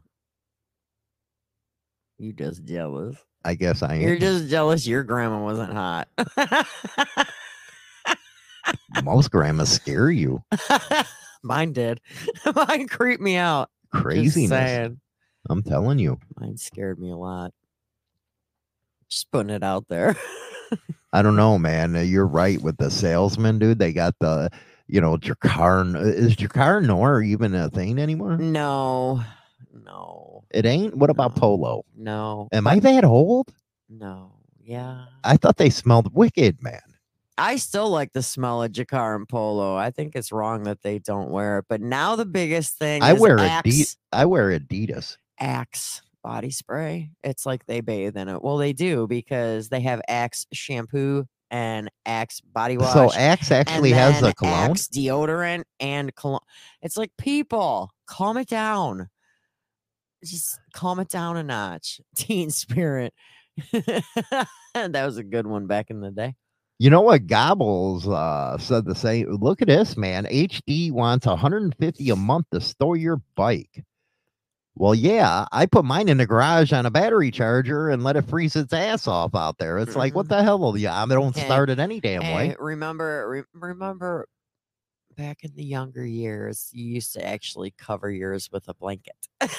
Speaker 2: You just jealous.
Speaker 3: I guess I
Speaker 2: You're
Speaker 3: am.
Speaker 2: just jealous your grandma wasn't hot.
Speaker 3: Most grandmas scare you.
Speaker 2: Mine did. Mine creeped me out. Just
Speaker 3: Craziness.
Speaker 2: saying.
Speaker 3: I'm telling you.
Speaker 2: Mine scared me a lot. Just putting it out there.
Speaker 3: I don't know, man. Uh, You're right with the salesman, dude. They got the you know, Dracar uh, is Dracar Nor even a thing anymore?
Speaker 2: No, no,
Speaker 3: It ain't. What about
Speaker 2: Mm. No.
Speaker 3: Polo?
Speaker 2: no,
Speaker 3: Am I that old?
Speaker 2: no. Yeah.
Speaker 3: I thought they smelled wicked, man.
Speaker 2: I still like the smell of Jakar and Polo. I think it's wrong that they don't wear it. But now the biggest thing
Speaker 3: I
Speaker 2: is
Speaker 3: wear
Speaker 2: Axe,
Speaker 3: Adidas. I wear Adidas.
Speaker 2: Axe body spray. It's like they bathe in it. Well, they do because they have Axe shampoo and Axe body wash.
Speaker 3: So Axe
Speaker 2: and
Speaker 3: actually has
Speaker 2: then
Speaker 3: a cologne.
Speaker 2: Axe deodorant and cologne. It's like people, calm it down. Just calm it down a notch. Teen spirit. that was a good one back in the day.
Speaker 3: You know what? Gobbles uh, said the same. Look at this, man. HD wants 150 a month to store your bike. Well, yeah, I put mine in the garage on a battery charger and let it freeze its ass off out there. It's like, what
Speaker 2: Mhm.
Speaker 3: the hell? Yeah, I don't
Speaker 2: Okay. Eh.
Speaker 3: start it any damn
Speaker 2: Hey,
Speaker 3: way.
Speaker 2: remember, re- remember, back in the younger years, you used to actually cover yours with a blanket.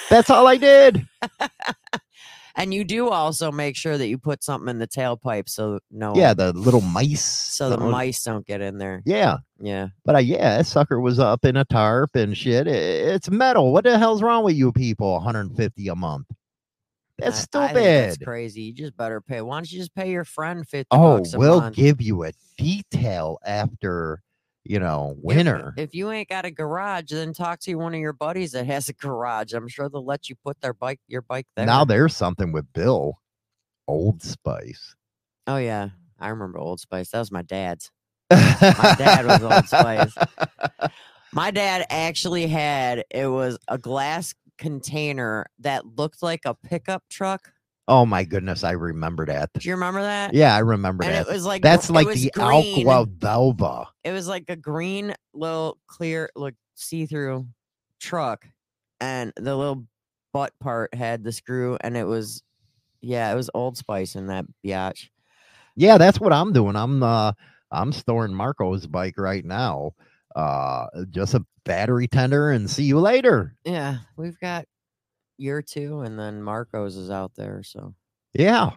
Speaker 3: That's all I did.
Speaker 2: and you do also make sure that you put something in the tailpipe so no,
Speaker 3: Yeah, the little mice.
Speaker 2: Oh. so the
Speaker 3: don't-
Speaker 2: mice don't get in there.
Speaker 3: Yeah,
Speaker 2: Yeah,
Speaker 3: but uh, yeah, that sucker was up in a tarp and shit. I- it's metal. What the hell's wrong with you people? 150 a month. That's
Speaker 2: I- I
Speaker 3: stupid.
Speaker 2: think that's crazy. You just better pay. Why don't you just pay your friend fifty?
Speaker 3: Oh,
Speaker 2: bucks a
Speaker 3: we'll
Speaker 2: month?
Speaker 3: give you a detail after, you know,
Speaker 2: If-
Speaker 3: winter.
Speaker 2: If, you ain't got a garage, then talk to one of your buddies that has a garage. I'm sure they'll let you put their bike, your bike there.
Speaker 3: Now there's something with Bill, Old Spice.
Speaker 2: oh yeah, I remember Old Spice. That was my dad's.
Speaker 3: My
Speaker 2: dad was Old Spice. My dad actually had it was a glass container that looked like a pickup truck.
Speaker 3: Oh my goodness, I remember that.
Speaker 2: Do you remember that?
Speaker 3: Yeah, I remember
Speaker 2: And
Speaker 3: that.
Speaker 2: it was like gr-
Speaker 3: That's
Speaker 2: it
Speaker 3: like
Speaker 2: was
Speaker 3: the
Speaker 2: green.
Speaker 3: Alcoa Velva.
Speaker 2: It was like a green little clear look see through truck, and the little butt part had the screw, and it was yeah, it was Old Spice in that biatch.
Speaker 3: Yeah, that's what I'm doing. I'm uh I'm storing Marco's bike right now. Uh just a battery tender and see you later.
Speaker 2: Yeah, we've got year two, and then Marcos is out there, so.
Speaker 3: Yeah.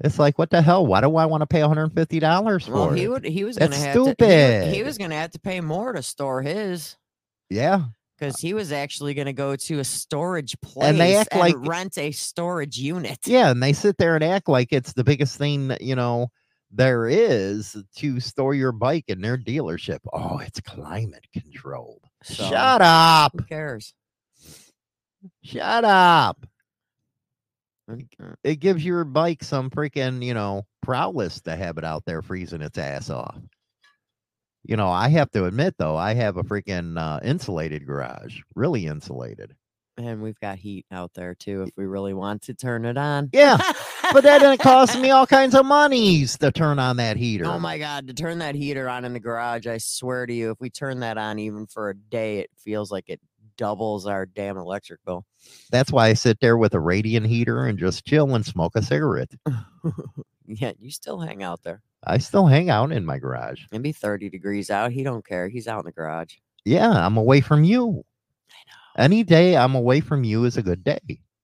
Speaker 3: It's like what the hell? Why do I want to pay $150 for
Speaker 2: Well,
Speaker 3: it?
Speaker 2: he would. He was
Speaker 3: That's
Speaker 2: gonna have To, he wa- he,
Speaker 3: stupid.
Speaker 2: was gonna have to pay more to store his
Speaker 3: yeah.
Speaker 2: because he was actually gonna go to a storage place
Speaker 3: act like-
Speaker 2: rent a storage unit.
Speaker 3: Yeah, and they sit there and act like it's the biggest thing that you know there is to store your bike in their dealership. Oh, it's climate controlled.
Speaker 2: So,
Speaker 3: Shut up!
Speaker 2: Who cares?
Speaker 3: Shut up!
Speaker 2: Mm, mm.
Speaker 3: It gives your bike some freaking you know prowess to have it out there freezing its ass off. You know, I have to admit though, I have a freaking uh, insulated garage, really insulated.
Speaker 2: And we've got heat out there too if we really want to turn it on.
Speaker 3: Yeah, But that didn't cost me all kinds of monies to turn on that heater.
Speaker 2: Oh my god, to turn that heater on in the garage, I swear to you, if we turn that on even for a day, it feels like it doubles our damn electric bill.
Speaker 3: That's why I sit there with a radiant heater and just chill and smoke a cigarette.
Speaker 2: Yet you still hang out there.
Speaker 3: I still hang out in my garage.
Speaker 2: It'd be 30 degrees out. He don't care. He's out in the garage.
Speaker 3: Yeah, I'm away from you. Any day I'm away from you is a good day.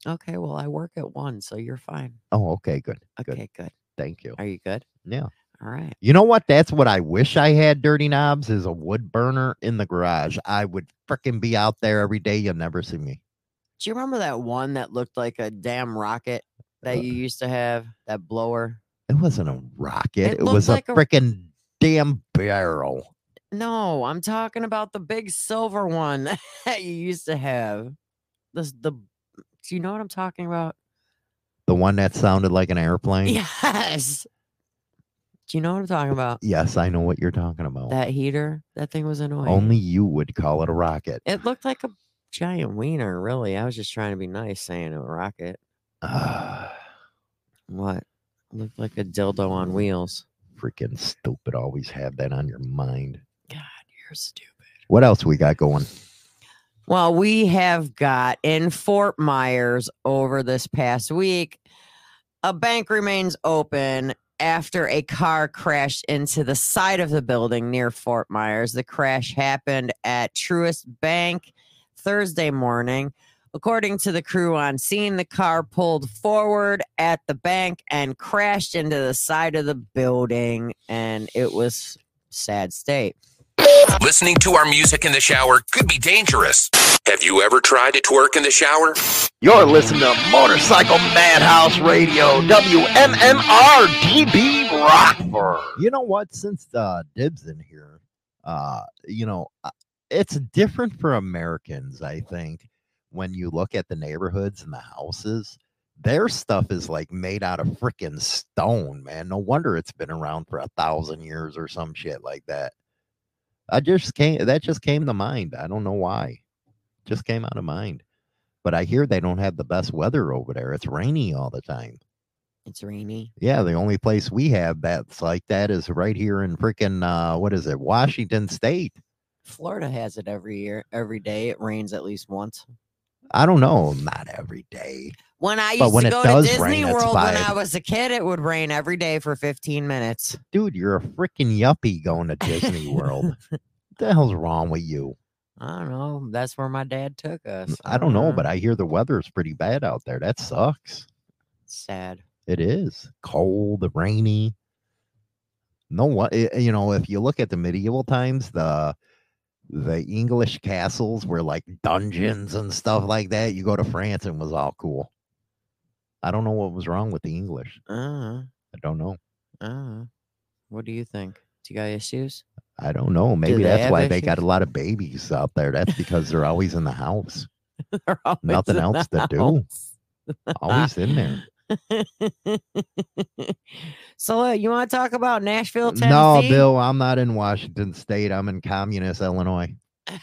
Speaker 2: Okay, well, I work at one, so you're fine.
Speaker 3: Oh, okay, good. Good.
Speaker 2: Okay, good.
Speaker 3: Thank you.
Speaker 2: Are you good?
Speaker 3: Yeah.
Speaker 2: All right.
Speaker 3: You know what? That's what I wish I had, Dirty Knobs, is a wood burner in the garage. I would frickin' be out there every day. You'll never see me.
Speaker 2: Do you remember that one that looked like a damn rocket that
Speaker 3: Uh,
Speaker 2: you used to have? That blower?
Speaker 3: It wasn't a rocket.
Speaker 2: It
Speaker 3: It,
Speaker 2: looked
Speaker 3: was
Speaker 2: like
Speaker 3: a
Speaker 2: a-
Speaker 3: frickin' damn barrel.
Speaker 2: No, I'm talking about the big silver one that you used to have. This the do you know what I'm talking about?
Speaker 3: The one that sounded like an airplane.
Speaker 2: Yes. Do you know what I'm talking about?
Speaker 3: Yes, I know what you're talking about.
Speaker 2: That heater? That thing was annoying.
Speaker 3: Only you would call it a rocket.
Speaker 2: it looked like a giant wiener, really. I was just trying to be nice saying a rocket. What? Looked like a dildo on wheels.
Speaker 3: freaking stupid. Always have that on your mind.
Speaker 2: God, you're stupid.
Speaker 3: What else we got going?
Speaker 2: Well, we have got in Fort Myers over this past week, a bank remains open after a car crashed into the side of the building near Fort Myers. The crash happened at Truist Bank Thursday morning. According to the crew on scene, the car pulled forward at the bank and crashed into the side of the building, and it was sad state.
Speaker 5: Listening to our music in the shower could be dangerous. Have you ever tried to twerk in the shower?
Speaker 3: You're listening to Motorcycle Madhouse Radio, WMMR DB Rockford. You know what? Since uh, Dib's in here, uh, you know, uh, it's different for Americans, I think, when you look at the neighborhoods and the houses. Their stuff is like made out of freaking stone, man. No wonder it's been around for a thousand years or some shit like that. I just came, that just came to mind. I don't know why. Just came out of mind but I hear they don't have the best weather over there. It's rainy all the time.
Speaker 2: It's rainy.
Speaker 3: Yeah, the only place we have that's like that is right here in freaking uh, what is it, Washington State?
Speaker 2: Florida has it every year, every day. It rains at least once.
Speaker 3: I don't know, not every day.
Speaker 2: When I
Speaker 3: But
Speaker 2: used
Speaker 3: when
Speaker 2: to
Speaker 3: it
Speaker 2: go to
Speaker 3: does
Speaker 2: Disney
Speaker 3: rain, it's
Speaker 2: World when
Speaker 3: fine.
Speaker 2: I was a kid, it would rain every day for 15 minutes.
Speaker 3: Dude, you're a freaking yuppie going to Disney World. what the hell's wrong with you?
Speaker 2: I don't know. That's where my dad took us.
Speaker 3: Mm,
Speaker 2: uh-huh.
Speaker 3: I don't know, but I hear the weather is pretty bad out there. That sucks.
Speaker 2: sad.
Speaker 3: It is cold, rainy. No one, i- you know, if you look at the medieval times, the the English castles were like dungeons and stuff like that. You go to France and it was all cool. I don't know what was wrong with the English.
Speaker 2: Uh,
Speaker 3: I don't know.
Speaker 2: uh. What do you think? Do you got issues?
Speaker 3: I don't know. Maybe
Speaker 2: they
Speaker 3: that's
Speaker 2: have
Speaker 3: why they got a
Speaker 2: issues?
Speaker 3: lot of babies out there. That's because they're always in the house,
Speaker 2: They're always
Speaker 3: Nothing
Speaker 2: in the
Speaker 3: else to do.
Speaker 2: house.
Speaker 3: always in there.
Speaker 2: so uh, you want to talk about Nashville, Tennessee?
Speaker 3: No, Bill, I'm not in Washington State. I'm in communist Illinois.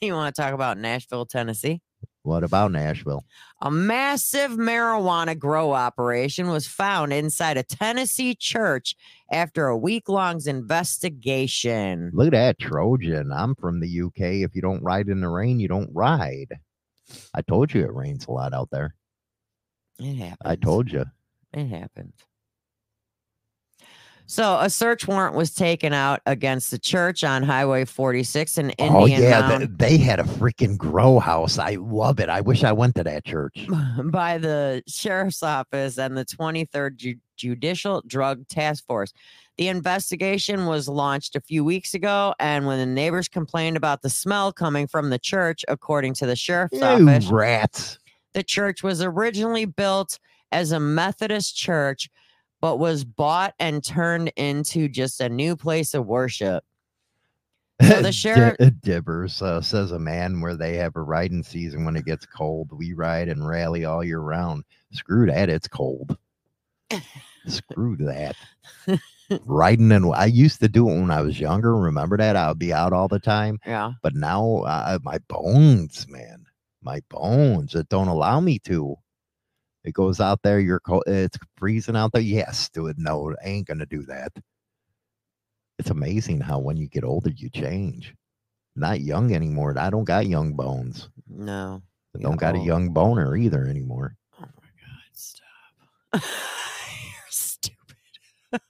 Speaker 2: you want to talk about Nashville, Tennessee?
Speaker 3: What about Nashville?
Speaker 2: A massive marijuana grow operation was found inside a Tennessee church after a week long investigation.
Speaker 3: Look at that Trojan. I'm from the UK. If you don't ride in the rain, you don't ride. I told you it rains a lot out there.
Speaker 2: It happened.
Speaker 3: I told you.
Speaker 2: It happened. So, a search warrant was taken out against the church on Highway 46 in Indian
Speaker 3: oh yeah, th-
Speaker 2: Mound
Speaker 3: they had a freaking grow house. I love it. I wish I went to that church.
Speaker 2: by the sheriff's office and the 23rd Ju- Judicial Drug Task Force. The investigation was launched a few weeks ago, and when the neighbors complained about the smell coming from the church, according to the sheriff's
Speaker 3: You
Speaker 2: office,
Speaker 3: rats.
Speaker 2: the church was originally built as a Methodist church, but was bought and turned into just a new place of worship. So the
Speaker 3: Di-
Speaker 2: sheriff-
Speaker 3: Dibbers uh, says a man where they have a riding season when it gets cold. We ride and rally all year round. Screw that. It's cold. Screw that. Riding and I used to do it when I was younger. Remember that? I would be out all the time.
Speaker 2: Yeah.
Speaker 3: but now uh, my bones, man, my bones, it don't allow me to. It goes out there. You're cold. It's freezing out there. Yes, do it. No, I ain't gonna do that. It's amazing how when you get older you change. Not young anymore. and I don't got young bones.
Speaker 2: No.
Speaker 3: I
Speaker 2: Yeah,
Speaker 3: don't got a
Speaker 2: oh.
Speaker 3: young boner either anymore.
Speaker 2: Oh my God, stop. You're stupid.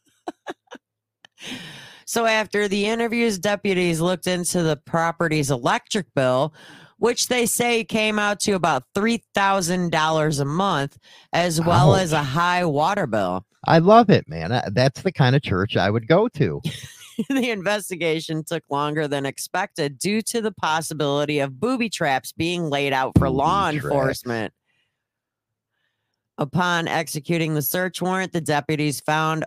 Speaker 2: so, after the interviews, deputies looked into the property's electric bill, which they say came out to about $3,000 a month, as well as a high water bill.
Speaker 3: I love it, man. I- That's the kind of church I would go to.
Speaker 2: the investigation took longer than expected due to the possibility of booby traps being laid out for law
Speaker 3: Booby traps.
Speaker 2: enforcement. Upon executing the search warrant, the deputies found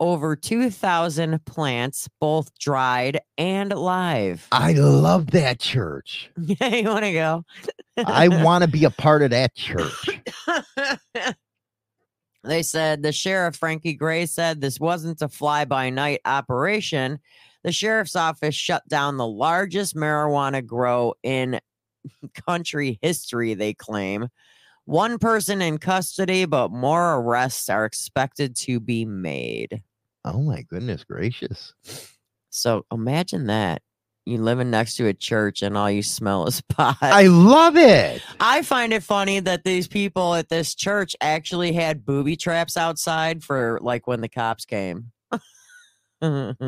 Speaker 2: over 2,000 plants, both dried and live.
Speaker 3: I love that church.
Speaker 2: Yeah, you want to go?
Speaker 3: I want to be a part of that church.
Speaker 2: they said the sheriff Frankie Gray said this wasn't a fly by night operation. The sheriff's office shut down the largest marijuana grow in country history, they claim. One person in custody, but more arrests are expected to be made.
Speaker 3: Oh my goodness gracious.
Speaker 2: So imagine that. You living next to a church and all you smell is pot.
Speaker 3: I love it.
Speaker 2: I find it funny that these people at this church actually had booby traps outside for like when the cops came.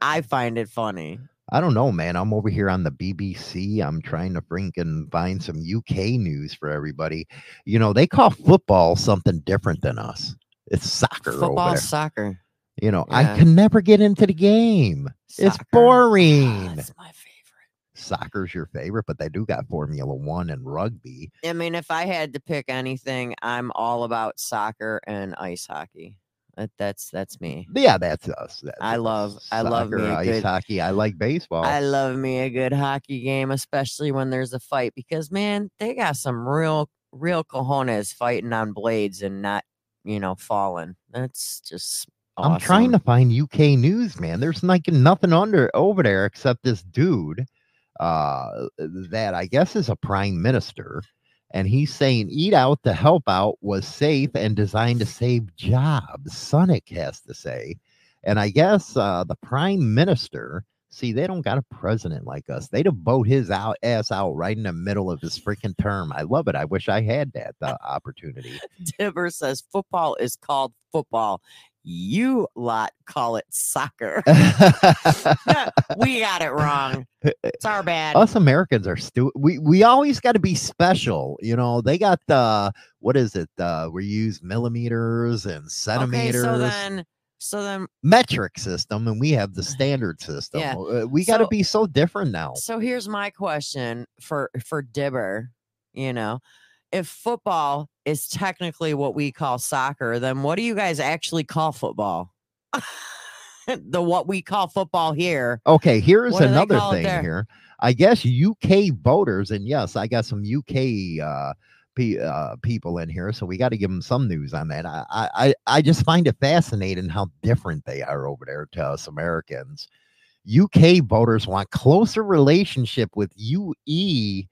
Speaker 2: I find it funny.
Speaker 3: I don't know, man. I'm over here on the BBC. I'm trying to bring and find some UK news for everybody. You know, they call football something different than us. It's soccer over
Speaker 2: Football,
Speaker 3: there.
Speaker 2: soccer.
Speaker 3: You know,
Speaker 2: Yeah.
Speaker 3: I can never get into the game. It's
Speaker 2: Soccer.
Speaker 3: boring.
Speaker 2: That's my favorite.
Speaker 3: Soccer's your favorite, but they do got Formula One and rugby.
Speaker 2: I mean, if I had to pick anything, I'm all about soccer and ice hockey. That, that's that's me.
Speaker 3: Yeah, that's us. That's
Speaker 2: I
Speaker 3: us.
Speaker 2: love- I love me
Speaker 3: Soccer,
Speaker 2: a
Speaker 3: ice
Speaker 2: good-
Speaker 3: hockey. I like baseball.
Speaker 2: I love me a good hockey game, especially when there's a fight, because man, they got some real real cojones fighting on blades and not, you know, falling. That's just awesome.
Speaker 3: I'm trying to find UK news, man. There's like nothing under over there except this dude uh that I guess is a prime minister. And he's saying eat out to help out was safe and designed to save jobs, Sonic has to say. And I guess uh the prime minister, see, they don't got a president like us. They'd have vote his out ass out right in the middle of his freaking term. I love it. I wish I had that uh, opportunity.
Speaker 2: Dibber says football is called football. You lot call it soccer. we got it wrong. It's our bad.
Speaker 3: us Americans are stupid. We we always got to be special, you know. They got the what is it? Uh, we use millimeters and
Speaker 2: okay,
Speaker 3: centimeters,
Speaker 2: so then, so then,
Speaker 3: metric system, and we have the standard system.
Speaker 2: Yeah.
Speaker 3: Uh, We got to
Speaker 2: So-
Speaker 3: be so different now.
Speaker 2: so here's my question for for Dibber. You know, if football is technically what we call soccer, then what do you guys actually call football? the what we call football here.
Speaker 3: Okay, here is
Speaker 2: What do they
Speaker 3: another
Speaker 2: call it
Speaker 3: thing
Speaker 2: there?
Speaker 3: here. I guess UK voters, and yes, I got some UK uh, pe- uh, people in here, so we got to give them some news on that. I, I, I- I just find it fascinating how different they are over there to us Americans. UK voters want closer relationship with UE.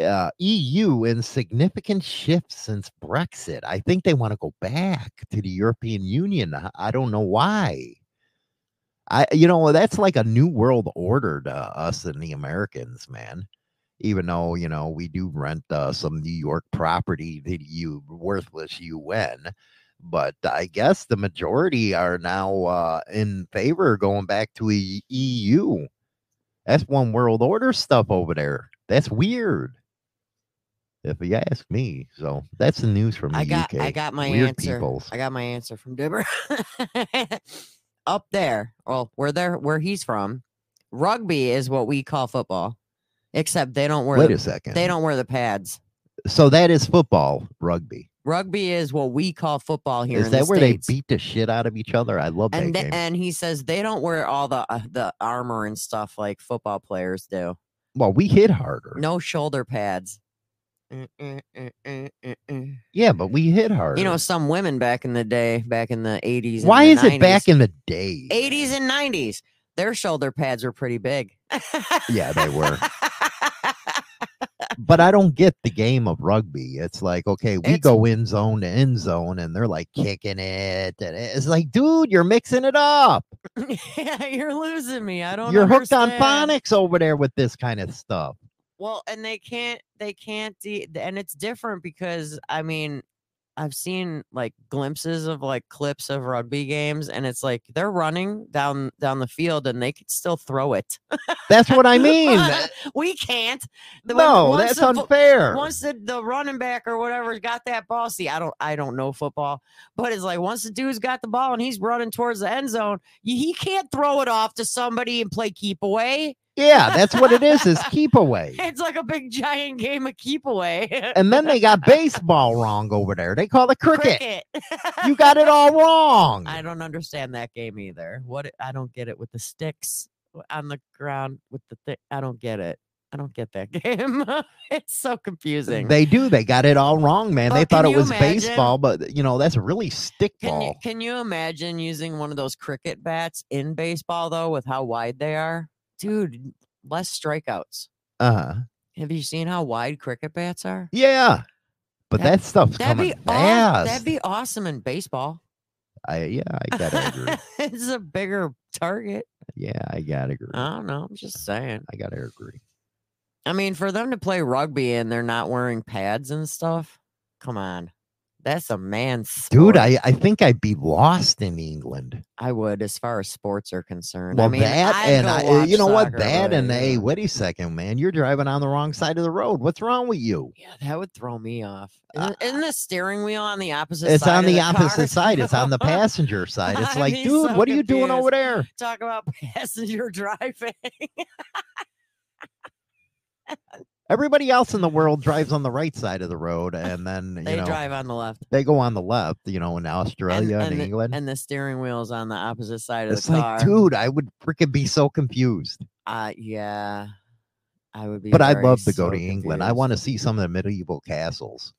Speaker 3: Uh, EU and significant shifts since Brexit. I think they want to go back to the European Union. I- I don't know why. I you know that's like a new world order to us and the Americans, man. Even though you know we do rent uh, some New York property that you worthless UN, but I guess the majority are now uh, in favor of going back to a EU. That's one world order stuff over there. That's weird. If you ask me, so that's the news from the
Speaker 2: I got
Speaker 3: UK.
Speaker 2: I got my
Speaker 3: Weird
Speaker 2: answer.
Speaker 3: peoples.
Speaker 2: I got my answer from Dibber. Up there, well, where there where he's from, rugby is what we call football, except they don't wear
Speaker 3: Wait
Speaker 2: the,
Speaker 3: a second.
Speaker 2: they don't wear the pads.
Speaker 3: So that is football, rugby.
Speaker 2: Rugby is what we call football here.
Speaker 3: Is
Speaker 2: in
Speaker 3: that
Speaker 2: the
Speaker 3: where
Speaker 2: States.
Speaker 3: they beat the shit out of each other? I love
Speaker 2: And
Speaker 3: that
Speaker 2: th-
Speaker 3: game.
Speaker 2: and he says they don't wear all the uh, the armor and stuff like football players do.
Speaker 3: well, we hit harder.
Speaker 2: No shoulder pads.
Speaker 3: Eh,
Speaker 2: Mm, mm, mm, mm, mm, mm.
Speaker 3: Yeah, but we hit harder.
Speaker 2: You know, some women back in the day, back in the eighties.
Speaker 3: why
Speaker 2: the
Speaker 3: is it
Speaker 2: 90s,
Speaker 3: back in the day?
Speaker 2: 80s and 90s, their shoulder pads were pretty big.
Speaker 3: Yeah, they were. But I don't get the game of rugby. It's like, okay, we
Speaker 2: It's-
Speaker 3: go in zone to end zone, and they're like kicking it, and it's like, dude, you're mixing it up.
Speaker 2: yeah, you're losing me. I don't.
Speaker 3: You're hooked on
Speaker 2: understand.
Speaker 3: phonics over there with this kind of stuff.
Speaker 2: Well, and they can't. They can't. De- and it's different because I mean, I've seen like glimpses of like clips of rugby games, and it's like they're running down down the field, and they could still throw it.
Speaker 3: That's what I mean.
Speaker 2: we can't. The- when-
Speaker 3: no,
Speaker 2: once
Speaker 3: that's
Speaker 2: the fo-
Speaker 3: unfair.
Speaker 2: once the, the running back or whatever's got that ball, see, I don't I don't know football, but it's like once the dude's got the ball and he's running towards the end zone, y- he can't throw it off to somebody and play keep away.
Speaker 3: yeah, that's what it is. Is keep away.
Speaker 2: It's like a big giant game of keep away.
Speaker 3: And then they got baseball wrong over there. They call it cricket.
Speaker 2: Cricket.
Speaker 3: You got it all wrong.
Speaker 2: I don't understand that game either. What it- I don't get it with the sticks w- on the ground with the thing. I don't get it. I don't get that game. it's so confusing.
Speaker 3: They do. They got it all wrong, man. they
Speaker 2: But
Speaker 3: thought
Speaker 2: can
Speaker 3: it
Speaker 2: you
Speaker 3: was
Speaker 2: imagine-
Speaker 3: baseball, but you know that's really
Speaker 2: Can you,
Speaker 3: stickball.
Speaker 2: can you imagine using one of those cricket bats in baseball though, with how wide they are, dude? Less strikeouts.
Speaker 3: Uh huh.
Speaker 2: Have you seen how wide cricket bats are?
Speaker 3: Yeah, but
Speaker 2: That-
Speaker 3: that, stuff's
Speaker 2: That'd
Speaker 3: coming
Speaker 2: be aw-
Speaker 3: fast.
Speaker 2: that'd be awesome in baseball.
Speaker 3: I, yeah, I gotta agree.
Speaker 2: it's a bigger target.
Speaker 3: Yeah, I gotta agree.
Speaker 2: I don't know. I'm just saying.
Speaker 3: I gotta agree.
Speaker 2: I mean, for them to play rugby and they're not wearing pads and stuff, come on. That's a man's sport.
Speaker 3: Dude, I, I think I'd be lost in England.
Speaker 2: I would, as far as sports are concerned.
Speaker 3: Well,
Speaker 2: I mean,
Speaker 3: that
Speaker 2: I'd
Speaker 3: and
Speaker 2: go
Speaker 3: I, uh,
Speaker 2: watch
Speaker 3: you know what?
Speaker 2: soccer,
Speaker 3: That
Speaker 2: but,
Speaker 3: and
Speaker 2: yeah.
Speaker 3: hey, wait a second, man. You're driving on the wrong side of the road. What's wrong with you?
Speaker 2: Yeah, that would throw me off.
Speaker 3: Uh,
Speaker 2: Isn't, isn't the steering wheel on the opposite?
Speaker 3: It's
Speaker 2: side
Speaker 3: on
Speaker 2: of
Speaker 3: the,
Speaker 2: the car?
Speaker 3: opposite side. It's on the passenger side. It's
Speaker 2: I'd
Speaker 3: like,
Speaker 2: be
Speaker 3: dude,
Speaker 2: so
Speaker 3: what are you doing
Speaker 2: confused.
Speaker 3: over there?
Speaker 2: Talk about passenger driving.
Speaker 3: Everybody else in the world drives on the right side of the road, and then you
Speaker 2: they
Speaker 3: know
Speaker 2: drive on the left.
Speaker 3: they go on the left. You know, in Australia and,
Speaker 2: the,
Speaker 3: England,
Speaker 2: and the steering wheel's on the opposite side of
Speaker 3: it's
Speaker 2: the
Speaker 3: like,
Speaker 2: car.
Speaker 3: dude, I would freaking be so confused.
Speaker 2: Uh, yeah, I would be.
Speaker 3: But I'd
Speaker 2: very
Speaker 3: love to go
Speaker 2: so
Speaker 3: to England. I
Speaker 2: confused.
Speaker 3: want to see some of the medieval castles.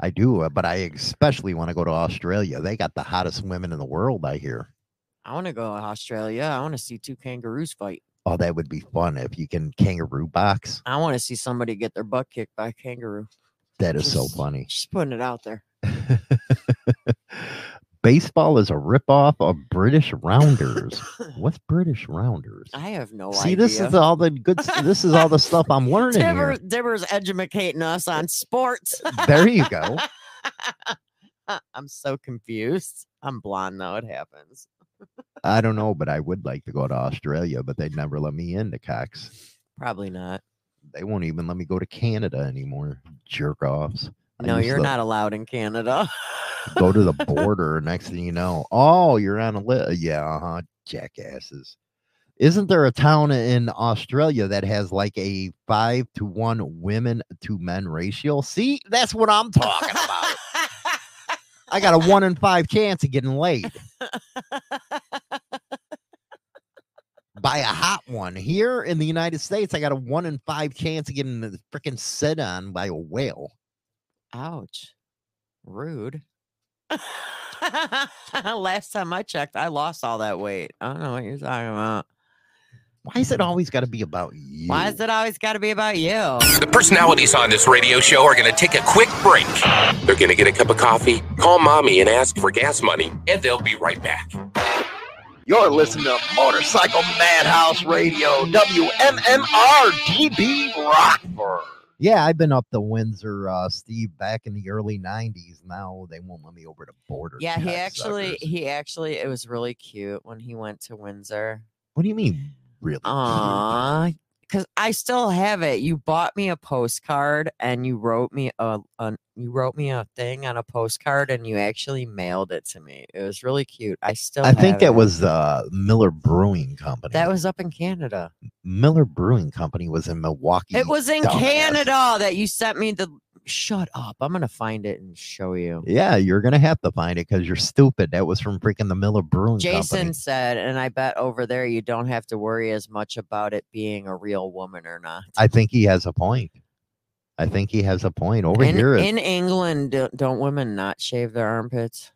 Speaker 3: I do, uh, but I especially want to go to Australia. They got the hottest women in the world, I hear.
Speaker 2: I want to go to Australia. I want to see two kangaroos fight.
Speaker 3: Oh, that would be fun if you can kangaroo box.
Speaker 2: I want to see somebody get their butt kicked by a kangaroo.
Speaker 3: That is so
Speaker 2: Just-
Speaker 3: funny.
Speaker 2: Just putting it out there.
Speaker 3: Baseball is a ripoff of British Rounders. What's British Rounders?
Speaker 2: I have no
Speaker 3: See,
Speaker 2: idea.
Speaker 3: this is all the good. s- This is all the stuff I'm learning
Speaker 2: Dibber,
Speaker 3: here.
Speaker 2: Dibber's educating us on sports.
Speaker 3: There you go.
Speaker 2: I'm so confused. I'm blonde though. It happens.
Speaker 3: I don't know, but I would like to go to Australia, but they'd never let me into Cox.
Speaker 2: Probably not.
Speaker 3: They won't even let me go to Canada anymore. Jerk offs. I
Speaker 2: No,
Speaker 3: used
Speaker 2: you're
Speaker 3: to
Speaker 2: not allowed in Canada.
Speaker 3: Go to the border. Next thing you know, oh, you're on a list. Yeah, uh huh. Jackasses. Isn't there a town in Australia that has like a five to one women to men ratio? See, that's what I'm talking about. I got a one in five chance of getting laid by a hot one. Here in the United States, I got a one in five chance of getting freaking set on by a whale.
Speaker 2: Ouch. Rude. Last time I checked, I lost all that weight. I don't know what you're talking about.
Speaker 3: Why is it always got to be about you?
Speaker 2: Why has it always got to be about you?
Speaker 5: The personalities on this radio show are going to take a quick break. They're going to get a cup of coffee, call mommy, and ask for gas money, and they'll be right back.
Speaker 1: You're listening to Motorcycle Madhouse Radio, WMMR DB Rockford.
Speaker 3: Yeah, I've been up to Windsor, uh, Steve, back in the early '90s. Now they won't let me over the border.
Speaker 2: Yeah, he actually,
Speaker 3: cocksuckers.
Speaker 2: he actually, it was really cute when he went to Windsor.
Speaker 3: What do you mean, really?
Speaker 2: Aw, because I still have it. You bought me a postcard and you wrote me a, a you wrote me a thing on a postcard and you actually mailed it to me. It was really cute. I still.
Speaker 3: I think
Speaker 2: have
Speaker 3: it was uh, Miller Brewing Company.
Speaker 2: that was up in Canada.
Speaker 3: Miller Brewing Company was in Milwaukee.
Speaker 2: It was in
Speaker 3: dumbass.
Speaker 2: Canada that you sent me the. Shut up! I'm gonna find it and show you.
Speaker 3: Yeah, you're gonna have to find it because you're stupid. That was from freaking the Miller Brewing
Speaker 2: Jason
Speaker 3: Company.
Speaker 2: said, and I bet over there you don't have to worry as much about it being a real woman or not.
Speaker 3: I think he has a point. I think he has a point over
Speaker 2: in,
Speaker 3: here.
Speaker 2: in England, do- don't women not shave their armpits?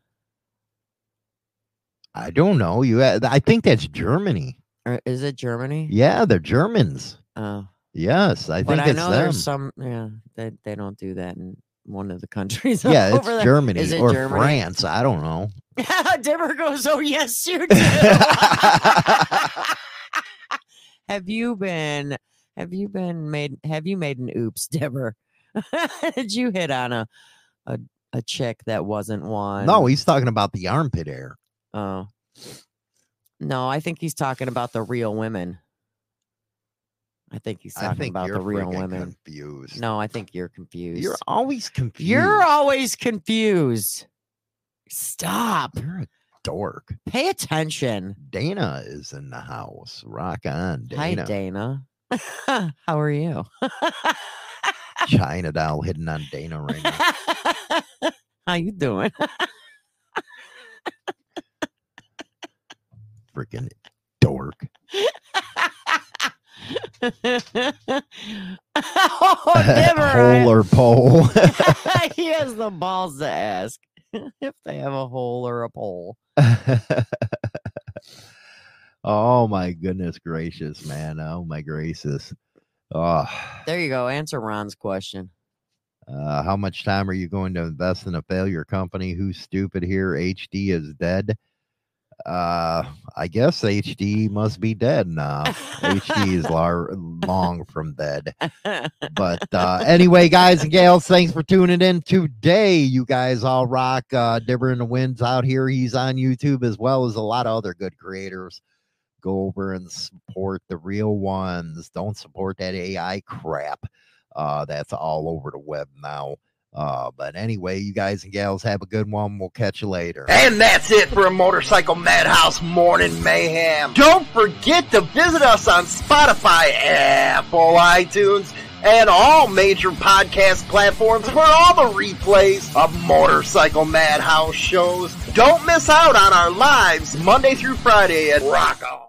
Speaker 3: I don't know. You, ha- I think that's Germany.
Speaker 2: Or is it Germany?
Speaker 3: Yeah, they're Germans.
Speaker 2: Oh,
Speaker 3: Yes, I
Speaker 2: but
Speaker 3: think
Speaker 2: I
Speaker 3: it's
Speaker 2: know
Speaker 3: them.
Speaker 2: there's some. Yeah, they they don't do that in one of the countries.
Speaker 3: yeah, it's
Speaker 2: over there.
Speaker 3: Germany
Speaker 2: Is it
Speaker 3: or
Speaker 2: Germany?
Speaker 3: France. I don't know.
Speaker 2: Dimmer goes, "Oh yes, you do." have you been? Have you been made? Have you made an oops, Dimmer? Did you hit on a a a chick that wasn't one?
Speaker 3: No, he's talking about the armpit air.
Speaker 2: Oh. No, I think he's talking about the real women. I think he's
Speaker 3: I
Speaker 2: talking
Speaker 3: think
Speaker 2: about
Speaker 3: you're
Speaker 2: the real
Speaker 3: freaking
Speaker 2: women.
Speaker 3: confused.
Speaker 2: No, I think you're confused.
Speaker 3: you're always confused.
Speaker 2: You're always confused. Stop.
Speaker 3: You're a dork.
Speaker 2: Pay attention.
Speaker 3: Dana is in the house. Rock on,
Speaker 2: Hi,
Speaker 3: Dana.
Speaker 2: Dana. How are you?
Speaker 3: China doll hitting on Dana right now.
Speaker 2: How you doing?
Speaker 3: Freaking dork.
Speaker 2: oh, never.
Speaker 3: Polar pole.
Speaker 2: he has the balls to ask if they have a hole or a pole.
Speaker 3: oh my goodness gracious, man. Oh my gracious. Oh,
Speaker 2: There you go. Answer Ron's question.
Speaker 3: uh, how much time are you going to invest in a failure company? Who's stupid here? HD is dead. Uh, I guess HD must be dead now. HD is lar- long from dead. But uh, anyway, guys and gals, thanks for tuning in today. You guys all rock. Uh, Dibber in the Winds out here. He's on YouTube as well as a lot of other good creators. Go over and support the real ones. Don't support that AI crap. Uh, that's all over the web now. Uh, but anyway, you guys and gals have a good one. We'll catch you later.
Speaker 6: And that's it for a Motorcycle Madhouse Morning Mayhem. Don't forget to visit us on Spotify, Apple, iTunes, and all major podcast platforms for all the replays of Motorcycle Madhouse shows. Don't miss out on our lives Monday through Friday at Rock On.